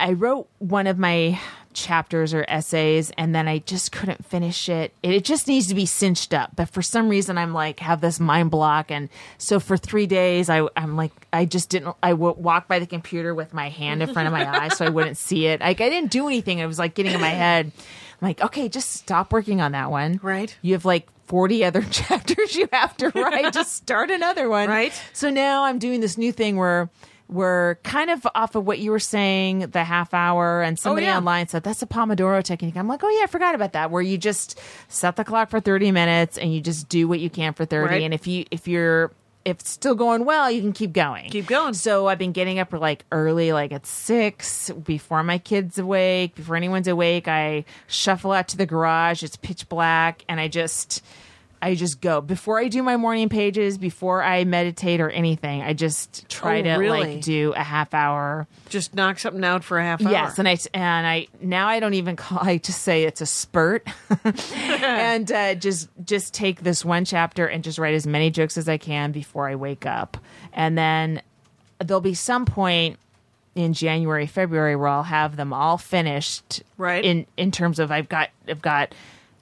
[SPEAKER 3] I wrote one of my chapters or essays, and then I just couldn't finish it. It, it just needs to be cinched up. But for some reason, I'm like have this mind block, and so for three days, I, I'm like I just didn't. I w- walked by the computer with my hand in front of my eyes so I wouldn't see it. Like I didn't do anything. It was like getting in my head. I'm like, okay, just stop working on that one.
[SPEAKER 4] Right.
[SPEAKER 3] You have like 40 other chapters you have to write. just start another one.
[SPEAKER 4] Right.
[SPEAKER 3] So now I'm doing this new thing where we're kind of off of what you were saying, the half hour, and somebody
[SPEAKER 4] Oh, yeah.
[SPEAKER 3] online said that's a Pomodoro technique. I'm like, oh yeah, I forgot about that. Where you just set the clock for 30 minutes and you just do what you can for 30.
[SPEAKER 4] Right.
[SPEAKER 3] And if you if you're if it's still going well, you can keep going.
[SPEAKER 4] Keep going.
[SPEAKER 3] So I've been getting up like early, like at six, before my kids awake, before anyone's awake. I shuffle out to the garage. It's pitch black, and I just, I just go before I do my morning pages, before I meditate or anything. I just try
[SPEAKER 4] Oh,
[SPEAKER 3] to
[SPEAKER 4] really?
[SPEAKER 3] like do a half hour.
[SPEAKER 4] Just knock something out for a half hour.
[SPEAKER 3] Yes, and I and I now I don't even call. I just say it's a spurt, and uh, just just take this one chapter and just write as many jokes as I can before I wake up, and then there'll be some point in January, February where I'll have them all finished.
[SPEAKER 4] Right.
[SPEAKER 3] In in terms of I've got I've got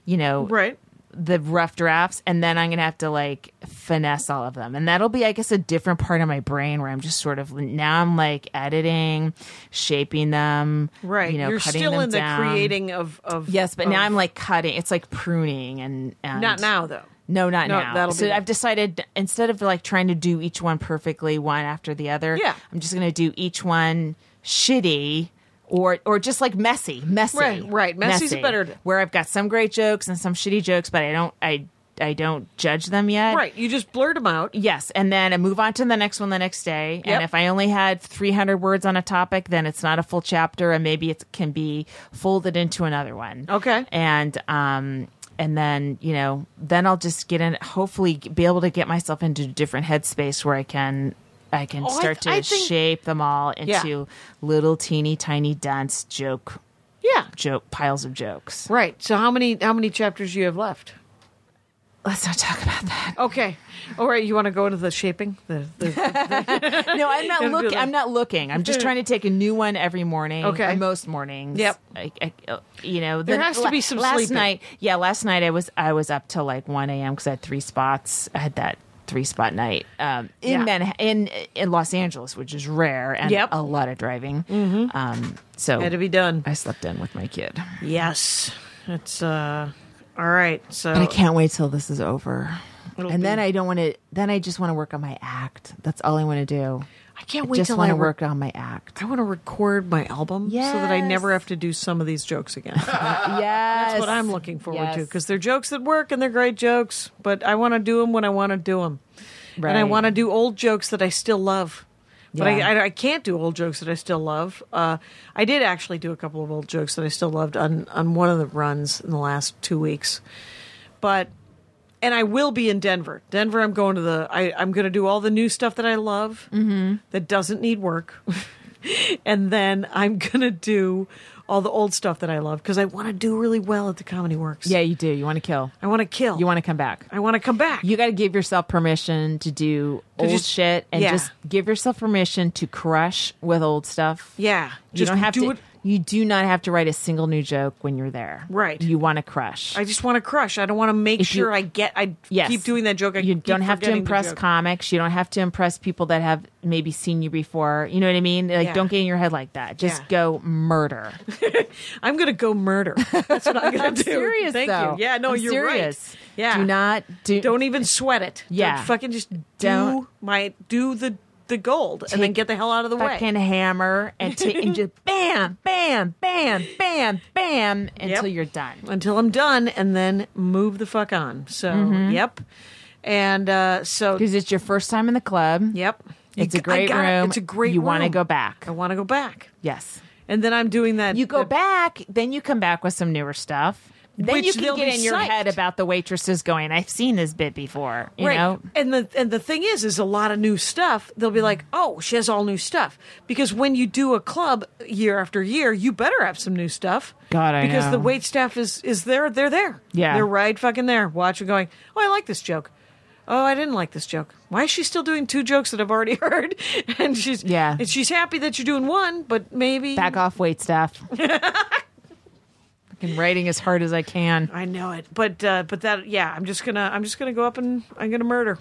[SPEAKER 3] you know
[SPEAKER 4] right.
[SPEAKER 3] the rough drafts and then i'm gonna have to like finesse all of them and that'll be i guess a different part of my brain where i'm just sort of now i'm like editing shaping them
[SPEAKER 4] Right.
[SPEAKER 3] you know
[SPEAKER 4] are
[SPEAKER 3] cutting
[SPEAKER 4] still
[SPEAKER 3] them
[SPEAKER 4] in the
[SPEAKER 3] down.
[SPEAKER 4] creating of of
[SPEAKER 3] yes but
[SPEAKER 4] of-
[SPEAKER 3] now i'm like cutting it's like pruning and, and
[SPEAKER 4] not now though.
[SPEAKER 3] no not
[SPEAKER 4] No,
[SPEAKER 3] now
[SPEAKER 4] that'll
[SPEAKER 3] so
[SPEAKER 4] be-
[SPEAKER 3] i've decided instead of like trying to do each one perfectly one after the other
[SPEAKER 4] Yeah.
[SPEAKER 3] i'm just gonna do each one shitty or, or just like messy, messy,
[SPEAKER 4] Right, right. Messy's
[SPEAKER 3] messy,
[SPEAKER 4] better.
[SPEAKER 3] Where I've got some great jokes and some shitty jokes, but I don't, I, I don't judge them yet.
[SPEAKER 4] Right. You just blurt them out.
[SPEAKER 3] Yes, and then I move on to the next one the next day.
[SPEAKER 4] Yep.
[SPEAKER 3] And if I only had 300 words on a topic, then it's not a full chapter, and maybe it can be folded into another one.
[SPEAKER 4] Okay.
[SPEAKER 3] And um, and then you know, then I'll just get in. Hopefully, be able to get myself into a different headspace where I can. I can
[SPEAKER 4] Oh, I
[SPEAKER 3] start
[SPEAKER 4] th- I
[SPEAKER 3] to
[SPEAKER 4] think-
[SPEAKER 3] shape them all
[SPEAKER 4] Yeah.
[SPEAKER 3] into little teeny tiny dense joke
[SPEAKER 4] Yeah.
[SPEAKER 3] joke piles of jokes.
[SPEAKER 4] Right. So how many how many chapters you have left?
[SPEAKER 3] Let's not talk about that.
[SPEAKER 4] Okay. All right. You want to go into the shaping? The, the,
[SPEAKER 3] No, I'm not
[SPEAKER 4] Gotta do
[SPEAKER 3] looking.
[SPEAKER 4] that.
[SPEAKER 3] I'm not looking. I'm just trying to take a new one every morning.
[SPEAKER 4] Hmm. Okay.
[SPEAKER 3] or most mornings.
[SPEAKER 4] Yep.
[SPEAKER 3] I, I, uh, you know,
[SPEAKER 4] There
[SPEAKER 3] the-
[SPEAKER 4] has to
[SPEAKER 3] la-
[SPEAKER 4] be some
[SPEAKER 3] Last
[SPEAKER 4] sleeping.
[SPEAKER 3] night, yeah, last night I was I was up till like 1 a.m. because I had three spots. I had that three spot night um, in
[SPEAKER 4] Yeah.
[SPEAKER 3] Manha- in in Los Angeles, which is rare and
[SPEAKER 4] Yep. Mm-hmm.
[SPEAKER 3] a lot of driving. Um, so
[SPEAKER 4] had to be done.
[SPEAKER 3] I slept in with my kid,
[SPEAKER 4] Yes. It's uh. All right. So
[SPEAKER 3] but I can't wait till this is over.
[SPEAKER 4] It'll
[SPEAKER 3] and then
[SPEAKER 4] be-
[SPEAKER 3] I don't want to. Then I just want to work on my act. That's all I want to do.
[SPEAKER 4] I can't
[SPEAKER 3] I
[SPEAKER 4] wait
[SPEAKER 3] just
[SPEAKER 4] till
[SPEAKER 3] want
[SPEAKER 4] I
[SPEAKER 3] to
[SPEAKER 4] re-
[SPEAKER 3] work on my act.
[SPEAKER 4] I want to record my album so that I never
[SPEAKER 3] Yes.
[SPEAKER 4] have to do some of these jokes again.
[SPEAKER 3] Uh, Yes,
[SPEAKER 4] That's what I'm looking forward to
[SPEAKER 3] Yes.
[SPEAKER 4] because they're jokes that work and they're great jokes, but I want to do them when I want to do them. And I
[SPEAKER 3] Right.
[SPEAKER 4] want to do old jokes that I still love. But
[SPEAKER 3] Yeah.
[SPEAKER 4] I, I, I can't do old jokes that I still love. Uh, I did actually do a couple of old jokes that I still loved on, on one of the runs in the last two weeks. But, and I will be in Denver. Denver, I'm going to the, I, I'm going to do all the new stuff that I love
[SPEAKER 3] Mm-hmm.
[SPEAKER 4] that doesn't need work. and then I'm going to do all the old stuff that I love because I want to do really well at the Comedy Works.
[SPEAKER 3] Yeah, you do. You want to kill.
[SPEAKER 4] I want to kill.
[SPEAKER 3] You want to come back.
[SPEAKER 4] I want to come back.
[SPEAKER 3] You got to give yourself permission to do
[SPEAKER 4] To
[SPEAKER 3] old
[SPEAKER 4] just-
[SPEAKER 3] shit and
[SPEAKER 4] yeah.
[SPEAKER 3] just give yourself permission to crush with old stuff.
[SPEAKER 4] yeah.
[SPEAKER 3] You don't have to. You do not have to write a single new joke when you're there.
[SPEAKER 4] Right.
[SPEAKER 3] You want to crush.
[SPEAKER 4] I just want to crush. I don't want to make
[SPEAKER 3] If you-
[SPEAKER 4] sure I get. I
[SPEAKER 3] yes.
[SPEAKER 4] keep doing that joke. I
[SPEAKER 3] you
[SPEAKER 4] keep
[SPEAKER 3] don't have to
[SPEAKER 4] forgetting the
[SPEAKER 3] impress
[SPEAKER 4] joke.
[SPEAKER 3] comics. You don't have to impress people that have maybe seen you before. You know what I mean? Like,
[SPEAKER 4] Yeah.
[SPEAKER 3] don't get in your head like that. Just
[SPEAKER 4] Yeah.
[SPEAKER 3] go murder.
[SPEAKER 4] I'm going to go murder. That's what I'm going to do.
[SPEAKER 3] serious
[SPEAKER 4] Thank
[SPEAKER 3] though.
[SPEAKER 4] you. Yeah. No,
[SPEAKER 3] I'm
[SPEAKER 4] you're
[SPEAKER 3] serious.
[SPEAKER 4] right. Yeah.
[SPEAKER 3] Do not do.
[SPEAKER 4] Don't even sweat it.
[SPEAKER 3] Yeah.
[SPEAKER 4] Don't fucking just do
[SPEAKER 3] Don't-
[SPEAKER 4] my do the the gold and then
[SPEAKER 3] Take
[SPEAKER 4] get the hell out of the way.
[SPEAKER 3] fucking hammer and, ta- and just bam, bam, bam, bam, bam until you're done.
[SPEAKER 4] until I'm done and then move the fuck on. So,
[SPEAKER 3] Mm-hmm.
[SPEAKER 4] yep. And uh, so,
[SPEAKER 3] Because it's your first time in the club.
[SPEAKER 4] yep.
[SPEAKER 3] It's a
[SPEAKER 4] You g- I
[SPEAKER 3] great
[SPEAKER 4] got it.
[SPEAKER 3] room.
[SPEAKER 4] It's a great
[SPEAKER 3] You want to
[SPEAKER 4] room.
[SPEAKER 3] go back.
[SPEAKER 4] I want to go back.
[SPEAKER 3] Yes.
[SPEAKER 4] And then I'm doing that.
[SPEAKER 3] You go
[SPEAKER 4] that-
[SPEAKER 3] back, then you come back with some newer stuff. Then
[SPEAKER 4] Which
[SPEAKER 3] you can
[SPEAKER 4] they'll
[SPEAKER 3] get
[SPEAKER 4] be
[SPEAKER 3] in your
[SPEAKER 4] psyched.
[SPEAKER 3] head about the waitresses going, I've seen this bit before. You
[SPEAKER 4] Right.
[SPEAKER 3] know?
[SPEAKER 4] And the and the thing is, is a lot of new stuff. They'll be like, "Oh, she has all new stuff." Because when you do a club year after year, you better have some new stuff.
[SPEAKER 3] God, I
[SPEAKER 4] because the
[SPEAKER 3] know.
[SPEAKER 4] wait staff is is there. They're there.
[SPEAKER 3] Yeah.
[SPEAKER 4] they're right fucking there. Watch it going. Oh, I like this joke. Oh, I didn't like this joke. Why is she still doing two jokes that I've already heard? And she's
[SPEAKER 3] Yeah.
[SPEAKER 4] and she's happy that you're doing one, but maybe
[SPEAKER 3] Back off, wait staff. Fucking writing as hard as I can.
[SPEAKER 4] I know it, but uh, but that yeah, I'm just gonna I'm just gonna go up and I'm gonna murder,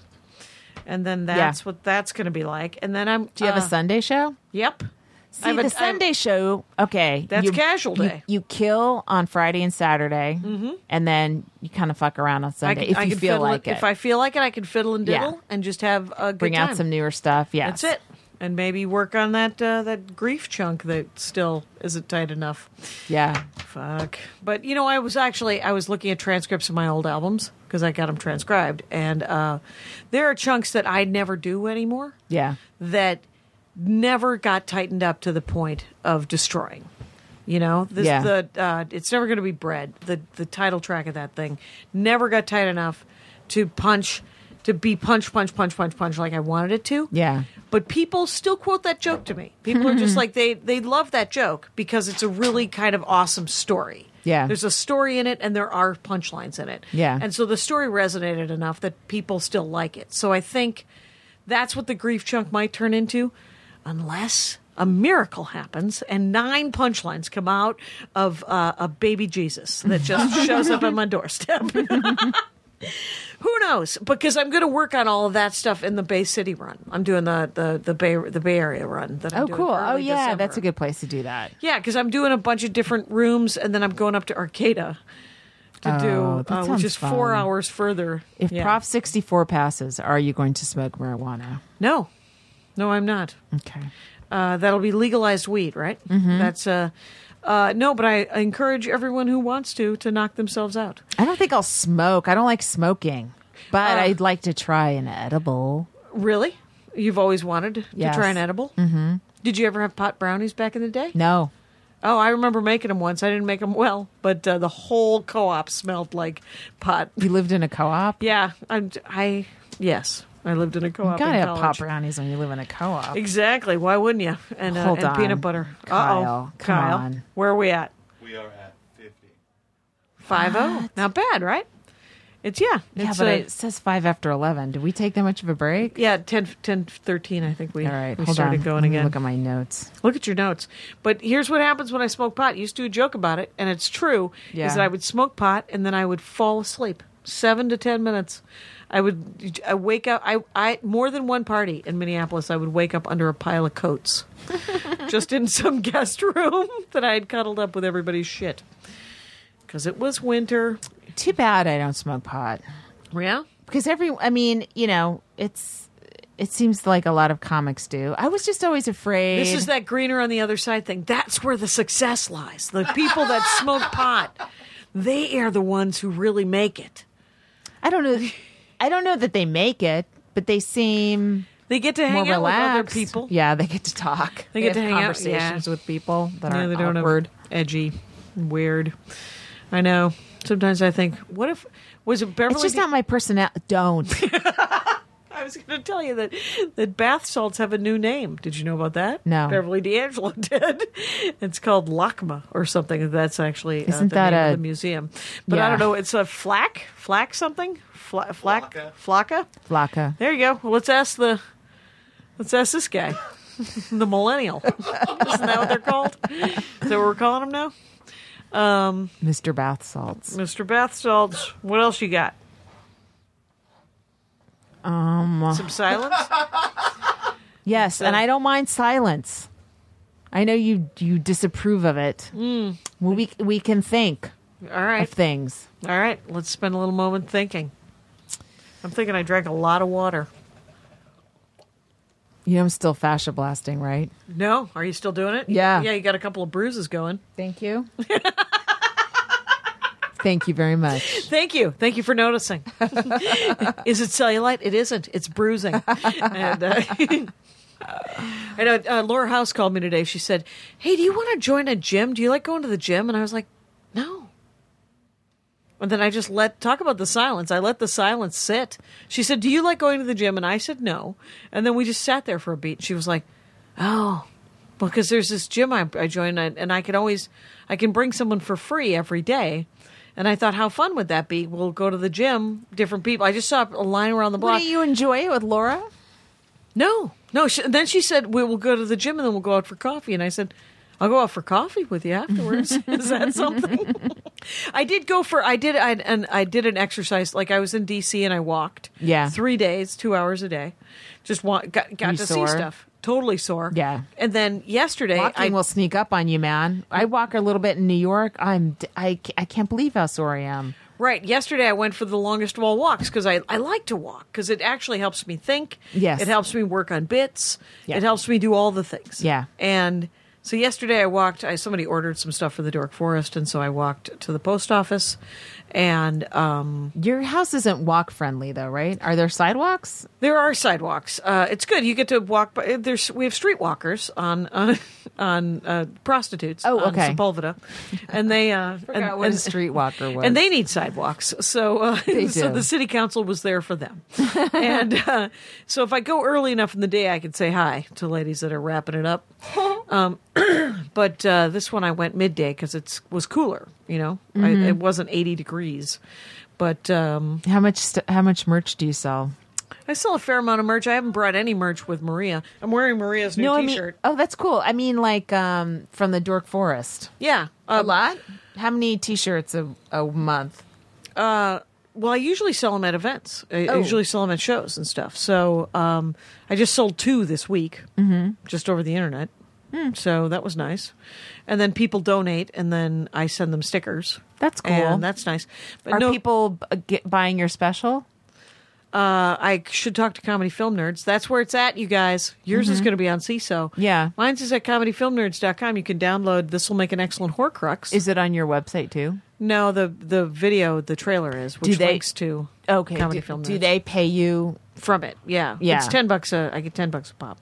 [SPEAKER 4] and then that's what that's gonna be like. And then I'm.
[SPEAKER 3] Do you have
[SPEAKER 4] uh,
[SPEAKER 3] a Sunday show?
[SPEAKER 4] Yep.
[SPEAKER 3] See,
[SPEAKER 4] have a-
[SPEAKER 3] the
[SPEAKER 4] I-
[SPEAKER 3] Sunday show, okay.
[SPEAKER 4] That's
[SPEAKER 3] you-
[SPEAKER 4] casual
[SPEAKER 3] you-
[SPEAKER 4] day. Mm-hmm.
[SPEAKER 3] You, kill on Friday and Saturday, and then you kind of fuck around on
[SPEAKER 4] I
[SPEAKER 3] Sunday
[SPEAKER 4] can,
[SPEAKER 3] if
[SPEAKER 4] I
[SPEAKER 3] you
[SPEAKER 4] can
[SPEAKER 3] feel
[SPEAKER 4] fiddle
[SPEAKER 3] like it.
[SPEAKER 4] If I feel like it, I can fiddle and
[SPEAKER 3] Yeah.
[SPEAKER 4] diddle and just have a good
[SPEAKER 3] Bring out
[SPEAKER 4] time.
[SPEAKER 3] some newer stuff. Yes.
[SPEAKER 4] That's it. And maybe work on that uh, that grief chunk that still isn't tight enough.
[SPEAKER 3] Yeah.
[SPEAKER 4] Fuck. But you know, I was actually I was looking at transcripts of my old albums because I got them transcribed, and uh, there are chunks that I never do anymore
[SPEAKER 3] Yeah.
[SPEAKER 4] that never got tightened up to the point of destroying. You know, this
[SPEAKER 3] Yeah.
[SPEAKER 4] the uh, it's never going to be bread. The the title track of that thing never got tight enough to punch to be punch punch punch punch punch like I wanted it to.
[SPEAKER 3] Yeah.
[SPEAKER 4] But people still quote that joke to me. People are just like they they love that joke because it's a really kind of awesome story.
[SPEAKER 3] Yeah.
[SPEAKER 4] There's a story in it and there are punchlines in it.
[SPEAKER 3] Yeah.
[SPEAKER 4] And so the story resonated enough that people still like it. So I think that's what the grief chunk might turn into, unless a miracle happens and nine punchlines come out of uh, a baby Jesus that just shows up at my doorstep. Who knows? Because I'm going to work on all of that stuff in the Bay City run. I'm doing the the, the Bay the Bay Area run. That I'm
[SPEAKER 3] Oh,
[SPEAKER 4] doing
[SPEAKER 3] cool. Oh,
[SPEAKER 4] early
[SPEAKER 3] yeah. That's
[SPEAKER 4] December.
[SPEAKER 3] a good place to do that.
[SPEAKER 4] Yeah, because I'm doing a bunch of different rooms, and then I'm going up to Arcata to
[SPEAKER 3] Oh,
[SPEAKER 4] do,
[SPEAKER 3] that
[SPEAKER 4] uh,
[SPEAKER 3] sounds
[SPEAKER 4] which is four
[SPEAKER 3] fun.
[SPEAKER 4] hours further.
[SPEAKER 3] If
[SPEAKER 4] Yeah.
[SPEAKER 3] Prop 64 passes, are you going to smoke marijuana?
[SPEAKER 4] no, no, I'm not.
[SPEAKER 3] Okay.
[SPEAKER 4] Uh, that'll be legalized weed, right?
[SPEAKER 3] Mm-hmm.
[SPEAKER 4] That's uh, uh, no, but I encourage everyone who wants to to knock themselves out.
[SPEAKER 3] I don't think I'll smoke. I don't like smoking,
[SPEAKER 4] Uh.
[SPEAKER 3] but I'd like to try an edible.
[SPEAKER 4] Really, you've always wanted
[SPEAKER 3] Yes.
[SPEAKER 4] to try an edible. Mm-hmm. Did you ever have pot brownies back in the day?
[SPEAKER 3] No.
[SPEAKER 4] Oh, I remember making them once. I didn't make them well, but uh, the whole co-op smelled like pot.
[SPEAKER 3] You lived in a co op?
[SPEAKER 4] Yeah, I'm. I yes, I lived in a co-op.
[SPEAKER 3] Gotta
[SPEAKER 4] in
[SPEAKER 3] have pop
[SPEAKER 4] college.
[SPEAKER 3] brownies when you live in a co op.
[SPEAKER 4] Exactly. Why wouldn't you? And, uh,
[SPEAKER 3] Hold
[SPEAKER 4] and
[SPEAKER 3] on.
[SPEAKER 4] peanut butter.
[SPEAKER 3] Kyle,
[SPEAKER 4] Uh-oh.
[SPEAKER 3] come
[SPEAKER 4] Kyle,
[SPEAKER 3] on.
[SPEAKER 4] where are we at?
[SPEAKER 2] We are at 50.
[SPEAKER 4] Five oh. Not bad, right? It's yeah.
[SPEAKER 3] Yeah,
[SPEAKER 4] It's
[SPEAKER 3] but
[SPEAKER 4] uh,
[SPEAKER 3] it says five after eleven. Did we take that much of a break?
[SPEAKER 4] yeah, 10, 10 13, I think we,
[SPEAKER 3] All right,
[SPEAKER 4] we
[SPEAKER 3] hold
[SPEAKER 4] started
[SPEAKER 3] on.
[SPEAKER 4] going
[SPEAKER 3] Let me
[SPEAKER 4] again.
[SPEAKER 3] Look at my notes.
[SPEAKER 4] Look at your notes. But here's what happens when I smoke pot. I used to do a joke about it, and it's true,
[SPEAKER 3] Yeah.
[SPEAKER 4] is that I would smoke pot and then I would fall asleep. Seven to ten minutes. I would I wake up I, I more than one party in Minneapolis I would wake up under a pile of coats. just in some guest room that I had cuddled up with everybody's shit. Cause it was winter.
[SPEAKER 3] Too bad I don't smoke pot
[SPEAKER 4] Yeah?
[SPEAKER 3] because every. I mean, you know, it's. It seems like a lot of comics do. I was just always afraid.
[SPEAKER 4] This is that greener on the other side thing. That's where the success lies. The people that smoke pot, they are the ones who really make it.
[SPEAKER 3] I don't know. I don't know that they make it, but they seem
[SPEAKER 4] They get to
[SPEAKER 3] more
[SPEAKER 4] hang out
[SPEAKER 3] relaxed.
[SPEAKER 4] with other people.
[SPEAKER 3] Yeah, they get to talk.
[SPEAKER 4] They
[SPEAKER 3] have
[SPEAKER 4] get to hang out, yeah.
[SPEAKER 3] conversations with people that
[SPEAKER 4] Yeah,
[SPEAKER 3] are
[SPEAKER 4] they don't
[SPEAKER 3] awkward.
[SPEAKER 4] have edgy, weird. I know. Sometimes I think, what if was it Beverly?
[SPEAKER 3] it's just not my personal. Don't.
[SPEAKER 4] I was going to tell you that that bath salts have a new name. Did you know about that?
[SPEAKER 3] No.
[SPEAKER 4] Beverly D'Angelo did. It's called Lakma or something. That's actually uh,
[SPEAKER 3] Isn't
[SPEAKER 4] the
[SPEAKER 3] that
[SPEAKER 4] name
[SPEAKER 3] a-
[SPEAKER 4] of the museum. But I
[SPEAKER 3] Yeah.
[SPEAKER 4] don't know. It's a flack, flack something, Fla- flack,
[SPEAKER 2] Flocka.
[SPEAKER 4] flocka.
[SPEAKER 3] Flocka.
[SPEAKER 4] There you go. Well, let's ask the let's ask this guy, the millennial. Isn't that what they're called? Is that what we're calling them now? Um,
[SPEAKER 3] Mr. Bath Salts.
[SPEAKER 4] Mr. Bath Salts. What else you got?
[SPEAKER 3] Um,
[SPEAKER 4] Some silence.
[SPEAKER 3] yes, and I don't mind silence. I know you you disapprove of it. Well, we we can think
[SPEAKER 4] All right.
[SPEAKER 3] of things.
[SPEAKER 4] All right, let's spend a little moment thinking. I'm thinking I drank a lot of water.
[SPEAKER 3] You know, I'm still fascia blasting, right?
[SPEAKER 4] No, are you still doing it?
[SPEAKER 3] Yeah.
[SPEAKER 4] Yeah, you got a couple of bruises going.
[SPEAKER 3] Thank you. Thank you very much.
[SPEAKER 4] Thank you. Thank you for noticing. is it cellulite? It isn't. It's bruising. and, uh, I know uh, Laura House called me today. She said, Hey, do you want to join a gym? Do you like going to the gym? And I was like, No. And then I just let talk about the silence. I let the silence sit. She said, Do you like going to the gym? And I said, No. And then we just sat there for a beat. She was like, Oh, because there's this gym I, I joined, and and I can always, I can bring someone for free every day. And I thought, how fun would that be? We'll go to the gym, different people. I just saw a line around the block.
[SPEAKER 3] Wouldn't you enjoy it with Laura?
[SPEAKER 4] No, no. She, then she said, "We will go to the gym and then we'll go out for coffee." And I said, "I'll go out for coffee with you afterwards. Is that something?" I did go for I did I and I did an exercise like I was in DC and I walked.
[SPEAKER 3] Yeah.
[SPEAKER 4] Three days, 2 hours a day. Just want got, got
[SPEAKER 3] You
[SPEAKER 4] to
[SPEAKER 3] sore?
[SPEAKER 4] see stuff. Totally sore.
[SPEAKER 3] Yeah.
[SPEAKER 4] And then yesterday
[SPEAKER 3] Walking
[SPEAKER 4] I
[SPEAKER 3] will sneak up on you, man. I walk a little bit in New York. I'm d- I, ca- I can't believe how sore I am.
[SPEAKER 4] Right. Yesterday, I went for the longest of all walks because I, I like to walk because it actually helps me think.
[SPEAKER 3] Yes.
[SPEAKER 4] It helps me work on bits.
[SPEAKER 3] Yeah.
[SPEAKER 4] It helps me do all the things.
[SPEAKER 3] Yeah.
[SPEAKER 4] And so yesterday, I walked. I somebody ordered some stuff for the Dork Forest, and so I walked to the post office, and um,
[SPEAKER 3] Your house isn't walk friendly though, right? Are there sidewalks?
[SPEAKER 4] there are sidewalks. Uh, it's good. You get to walk. By, there's we have streetwalkers on on, on uh, prostitutes.
[SPEAKER 3] Oh,
[SPEAKER 4] on
[SPEAKER 3] okay.
[SPEAKER 4] Sepulveda, and they uh,
[SPEAKER 3] Forgot
[SPEAKER 4] and,
[SPEAKER 3] what a
[SPEAKER 4] and-
[SPEAKER 3] streetwalker was.
[SPEAKER 4] and they need sidewalks. So, uh, so
[SPEAKER 3] do.
[SPEAKER 4] the city council was there for them. and uh, so, if I go early enough in the day, I can say hi to ladies that are wrapping it up. Um, but uh, this one I went midday because it was cooler. You know,
[SPEAKER 3] Mm-hmm.
[SPEAKER 4] I, it wasn't eighty degrees. But um,
[SPEAKER 3] how much st- how much merch do you sell?
[SPEAKER 4] I sell a fair amount of merch. I haven't brought any merch with Maria. I'm wearing Maria's new
[SPEAKER 3] no,
[SPEAKER 4] T-shirt.
[SPEAKER 3] I mean, oh, that's cool. I mean, like um, from the Dork Forest,
[SPEAKER 4] yeah, Um,
[SPEAKER 3] a lot. How many T-shirts a, a month?
[SPEAKER 4] Well, I usually sell them at events. I, I
[SPEAKER 3] Oh.
[SPEAKER 4] usually sell them at shows and stuff. So um, I just sold two this week, mm-hmm. just over the internet.
[SPEAKER 3] Hmm.
[SPEAKER 4] So that was nice. And then people donate, and then I send them stickers.
[SPEAKER 3] That's cool.
[SPEAKER 4] And that's nice. But
[SPEAKER 3] Are
[SPEAKER 4] no,
[SPEAKER 3] people b- get, buying your special?
[SPEAKER 4] uh, I should talk to Comedy Film Nerds. That's where it's at, you guys. Yours is going to be on CISO.
[SPEAKER 3] Mm-hmm. Yeah.
[SPEAKER 4] Mine's is at comedyfilmnerds.com. You can download This Will Make an Excellent Horcrux.
[SPEAKER 3] Is it on your website too?
[SPEAKER 4] no, the, the video, the trailer is, which
[SPEAKER 3] they-
[SPEAKER 4] links to
[SPEAKER 3] Okay.
[SPEAKER 4] Comedy
[SPEAKER 3] do,
[SPEAKER 4] Film Nerds.
[SPEAKER 3] do they pay you?
[SPEAKER 4] from it. Yeah,
[SPEAKER 3] Yeah.
[SPEAKER 4] It's ten bucks a. I get ten bucks a pop,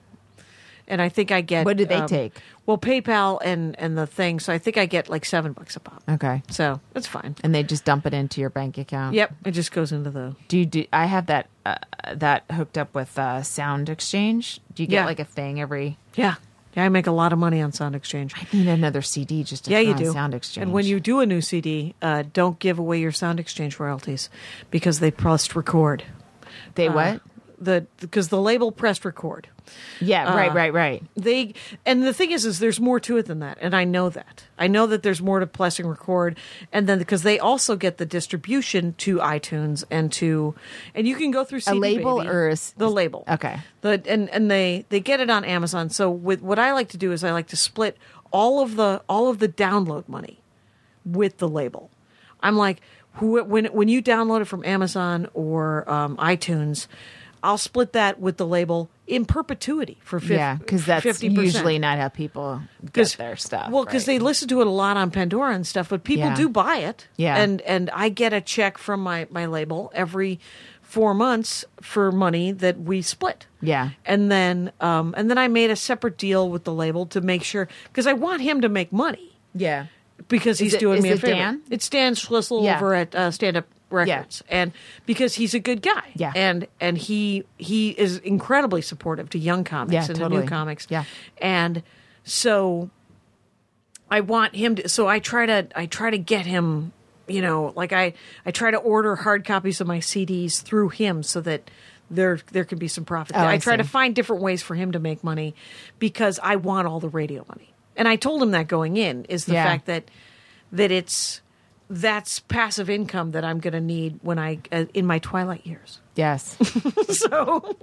[SPEAKER 4] and I think I get. um,
[SPEAKER 3] What do they take?
[SPEAKER 4] Well, PayPal and and the thing. So I think I get like seven bucks a pop.
[SPEAKER 3] Okay.
[SPEAKER 4] So that's fine.
[SPEAKER 3] And they just dump it into your bank account.
[SPEAKER 4] Yep, it just goes into the.
[SPEAKER 3] Do you do? I have that uh, that hooked up with uh, Sound Exchange. Do you get
[SPEAKER 4] Yeah.
[SPEAKER 3] like a thing every?
[SPEAKER 4] Yeah, yeah. I make a lot of money on Sound Exchange.
[SPEAKER 3] I need another CD just to
[SPEAKER 4] Yeah,
[SPEAKER 3] throw
[SPEAKER 4] you
[SPEAKER 3] on
[SPEAKER 4] do.
[SPEAKER 3] Sound Exchange.
[SPEAKER 4] And when you do a new CD, uh, don't give away your Sound Exchange royalties because they pressed record.
[SPEAKER 3] they
[SPEAKER 4] Uh,
[SPEAKER 3] what?
[SPEAKER 4] The because the label pressed record.
[SPEAKER 3] Yeah, right,
[SPEAKER 4] uh,
[SPEAKER 3] right, right.
[SPEAKER 4] they and the thing is is there's more to it than that and i know that i know that there's more to pressing record and then because they also get the distribution to itunes and to and you can go through CD
[SPEAKER 3] label
[SPEAKER 4] Baby.
[SPEAKER 3] or a s-
[SPEAKER 4] the label
[SPEAKER 3] Okay.
[SPEAKER 4] the and and they they get it on amazon so with what i like to do is i like to split all of the all of the download money with the label. I'm like, who, when when you download it from Amazon or um, iTunes, I'll split that with the label in perpetuity for fif-
[SPEAKER 3] yeah, because that's
[SPEAKER 4] 50%.
[SPEAKER 3] usually not how people get
[SPEAKER 4] 'Cause-
[SPEAKER 3] their stuff.
[SPEAKER 4] Well, because
[SPEAKER 3] right?
[SPEAKER 4] they listen to it a lot on Pandora and stuff, but people
[SPEAKER 3] Yeah.
[SPEAKER 4] do buy it.
[SPEAKER 3] Yeah.
[SPEAKER 4] and and I get a check from my my label every four months for money that we split.
[SPEAKER 3] Yeah.
[SPEAKER 4] and then um and then I made a separate deal with the label to make sure because I want him to make money
[SPEAKER 3] yeah,
[SPEAKER 4] because he's
[SPEAKER 3] it-
[SPEAKER 4] doing
[SPEAKER 3] is
[SPEAKER 4] me a
[SPEAKER 3] it
[SPEAKER 4] favor.
[SPEAKER 3] Dan?
[SPEAKER 4] It's Dan Schlissel
[SPEAKER 3] Yeah.
[SPEAKER 4] over at uh, Stand Up Records, and because he's a good guy,
[SPEAKER 3] Yeah.
[SPEAKER 4] and and he he is incredibly supportive to young comics
[SPEAKER 3] Yeah,
[SPEAKER 4] and to
[SPEAKER 3] totally.
[SPEAKER 4] new comics,
[SPEAKER 3] Yeah.
[SPEAKER 4] and so I want him to. So I try to I try to get him. You know, like I I try to order hard copies of my CDs through him so that. There, there can be some profit.
[SPEAKER 3] Oh,
[SPEAKER 4] I,
[SPEAKER 3] I
[SPEAKER 4] try to
[SPEAKER 3] see.
[SPEAKER 4] find different ways for him to make money because I want all the radio money. And I told him that going in is the
[SPEAKER 3] Yeah.
[SPEAKER 4] fact that that it's that's passive income that I'm going to need when I uh, in my twilight years.
[SPEAKER 3] yes.
[SPEAKER 4] So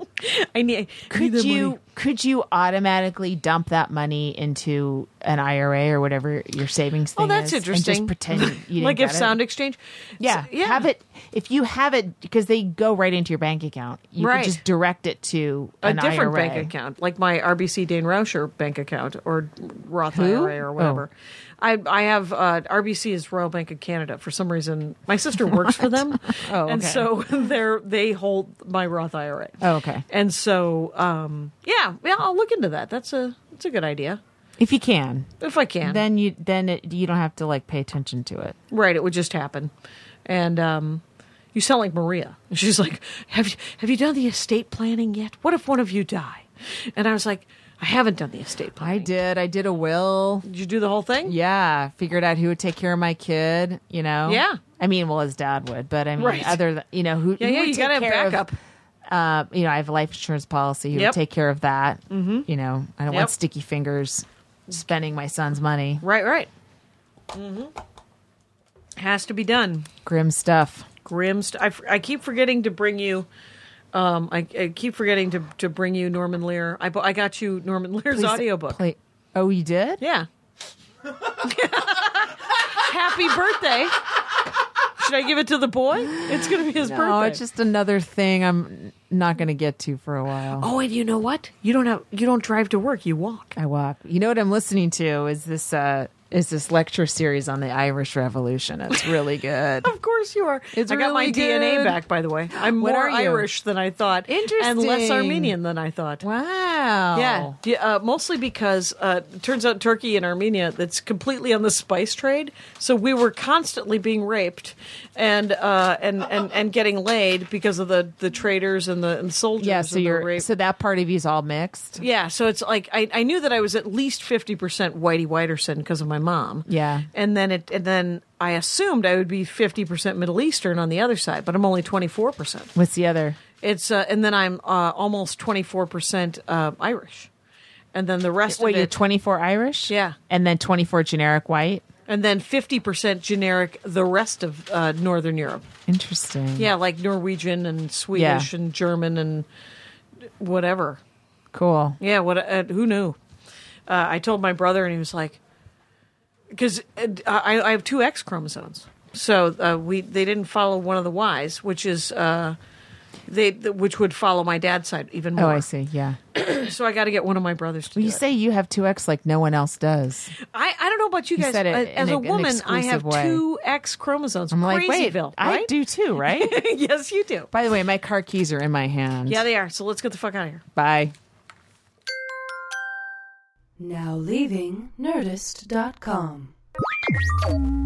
[SPEAKER 4] I need.
[SPEAKER 3] could you could you automatically dump that money into an IRA or whatever your savings thing
[SPEAKER 4] Oh, that's
[SPEAKER 3] is,
[SPEAKER 4] interesting.
[SPEAKER 3] And just pretend you didn't
[SPEAKER 4] like if
[SPEAKER 3] get it?
[SPEAKER 4] Sound Exchange?
[SPEAKER 3] Yeah,
[SPEAKER 4] So- yeah.
[SPEAKER 3] Have it if you have it because they go right into your bank account. You
[SPEAKER 4] Right.
[SPEAKER 3] can just direct it to
[SPEAKER 4] a
[SPEAKER 3] an IRA.
[SPEAKER 4] different bank account, like my RBC Dane Rauscher bank account or Roth
[SPEAKER 3] Who? Oh.
[SPEAKER 4] IRA or whatever. I I have uh, RBC is Royal Bank of Canada for some reason. My sister works for them,
[SPEAKER 3] Oh,
[SPEAKER 4] and
[SPEAKER 3] okay.
[SPEAKER 4] so they're they hold my Roth IRA.
[SPEAKER 3] Oh, okay.
[SPEAKER 4] And so, um, yeah, yeah, I'll look into that. That's a that's a good idea
[SPEAKER 3] If you can,
[SPEAKER 4] if I can.
[SPEAKER 3] then you then it, you don't have to like pay attention to it.
[SPEAKER 4] Right, it would just happen. And um, you sound like Maria. And she's like, have you, have you done the estate planning yet? What if one of you die? And I was like, I haven't done the estate
[SPEAKER 3] I
[SPEAKER 4] planning.
[SPEAKER 3] did. I did a will.
[SPEAKER 4] Did you do the whole thing?
[SPEAKER 3] Yeah, figured out who would take care of my kid. You know.
[SPEAKER 4] Yeah.
[SPEAKER 3] I mean, well, his dad would, but I mean,
[SPEAKER 4] Right.
[SPEAKER 3] other than you know who,
[SPEAKER 4] Yeah,
[SPEAKER 3] who
[SPEAKER 4] yeah,
[SPEAKER 3] would
[SPEAKER 4] you
[SPEAKER 3] take
[SPEAKER 4] gotta have
[SPEAKER 3] care of-
[SPEAKER 4] backup.
[SPEAKER 3] uh, you know, I have a life insurance policy. Who
[SPEAKER 4] Yep.
[SPEAKER 3] would take care of that? Mm-hmm. You know, I don't
[SPEAKER 4] Yep.
[SPEAKER 3] want sticky fingers spending my son's money.
[SPEAKER 4] Right, right. Mm-hmm. Has to be done.
[SPEAKER 3] Grim stuff.
[SPEAKER 4] Grim. St- I, f- I keep forgetting to bring you. Um, I, I keep forgetting to, to bring you Norman Lear. I, bu- I got you Norman Lear's audiobook.
[SPEAKER 3] Play- oh, you did?
[SPEAKER 4] Yeah. Happy birthday. Should I give it to the boy? It's going to be his
[SPEAKER 3] Oh,
[SPEAKER 4] birthday.
[SPEAKER 3] it's just another thing I'm not going to get to for a while.
[SPEAKER 4] Oh, and you know what? You don't have you don't drive to work, you walk.
[SPEAKER 3] I walk. You know what I'm listening to is this uh is this lecture series on the Irish Revolution. It's really good.
[SPEAKER 4] Of course you are.
[SPEAKER 3] It's
[SPEAKER 4] I got my
[SPEAKER 3] really
[SPEAKER 4] DNA
[SPEAKER 3] good.
[SPEAKER 4] back by the way. I'm
[SPEAKER 3] What
[SPEAKER 4] more
[SPEAKER 3] are you?
[SPEAKER 4] Irish than I thought and less
[SPEAKER 3] Interesting.
[SPEAKER 4] Armenian than I thought.
[SPEAKER 3] wow.
[SPEAKER 4] Yeah, yeah uh, mostly because uh, it turns out Turkey and Armenia that's completely on the spice trade. So we were constantly being raped and uh, and, and and getting laid because of the the traders and the and soldiers.
[SPEAKER 3] Yeah, so
[SPEAKER 4] and the
[SPEAKER 3] you're
[SPEAKER 4] rape.
[SPEAKER 3] so that part of you's all mixed.
[SPEAKER 4] yeah, so it's like I, I knew that I was at least fifty percent Whitey Whiterson because of my mom.
[SPEAKER 3] Yeah.
[SPEAKER 4] and then it and then I assumed I would be fifty percent Middle Eastern on the other side, but I'm only twenty four percent.
[SPEAKER 3] What's the other?
[SPEAKER 4] It's uh, and then I'm uh, almost twenty four percent uh, Irish, and then the rest
[SPEAKER 3] Wait,
[SPEAKER 4] of
[SPEAKER 3] you're
[SPEAKER 4] it,
[SPEAKER 3] 24 Irish?
[SPEAKER 4] Yeah.
[SPEAKER 3] And then 24 generic white?
[SPEAKER 4] and then fifty percent generic. The rest of uh, Northern Europe,
[SPEAKER 3] Interesting.
[SPEAKER 4] yeah, like Norwegian and Swedish and German and whatever.
[SPEAKER 3] Cool.
[SPEAKER 4] Yeah, what? Uh, who knew? Uh, I told my brother, and he was like, "Because uh, I, I have two X chromosomes, so uh, we they didn't follow one of the Ys, which is uh, they which would follow my dad's side even more.
[SPEAKER 3] Oh, I see. Yeah.
[SPEAKER 4] So I got to get one of my brothers to. do
[SPEAKER 3] You
[SPEAKER 4] it.
[SPEAKER 3] say you have 2X like no one else does.
[SPEAKER 4] I, I don't know about you guys.
[SPEAKER 3] said it
[SPEAKER 4] uh,
[SPEAKER 3] in
[SPEAKER 4] as
[SPEAKER 3] a-
[SPEAKER 4] a
[SPEAKER 3] an
[SPEAKER 4] woman, I have
[SPEAKER 3] exclusive way.
[SPEAKER 4] two X chromosomes.
[SPEAKER 3] I'm like, wait,
[SPEAKER 4] Crazyville,
[SPEAKER 3] I
[SPEAKER 4] right?
[SPEAKER 3] do too, right?
[SPEAKER 4] yes, you do.
[SPEAKER 3] By the way, my car keys are in my hand.
[SPEAKER 4] Yeah, they are. So let's get the fuck out of here.
[SPEAKER 3] Bye.
[SPEAKER 1] Now leaving Nerdist.com.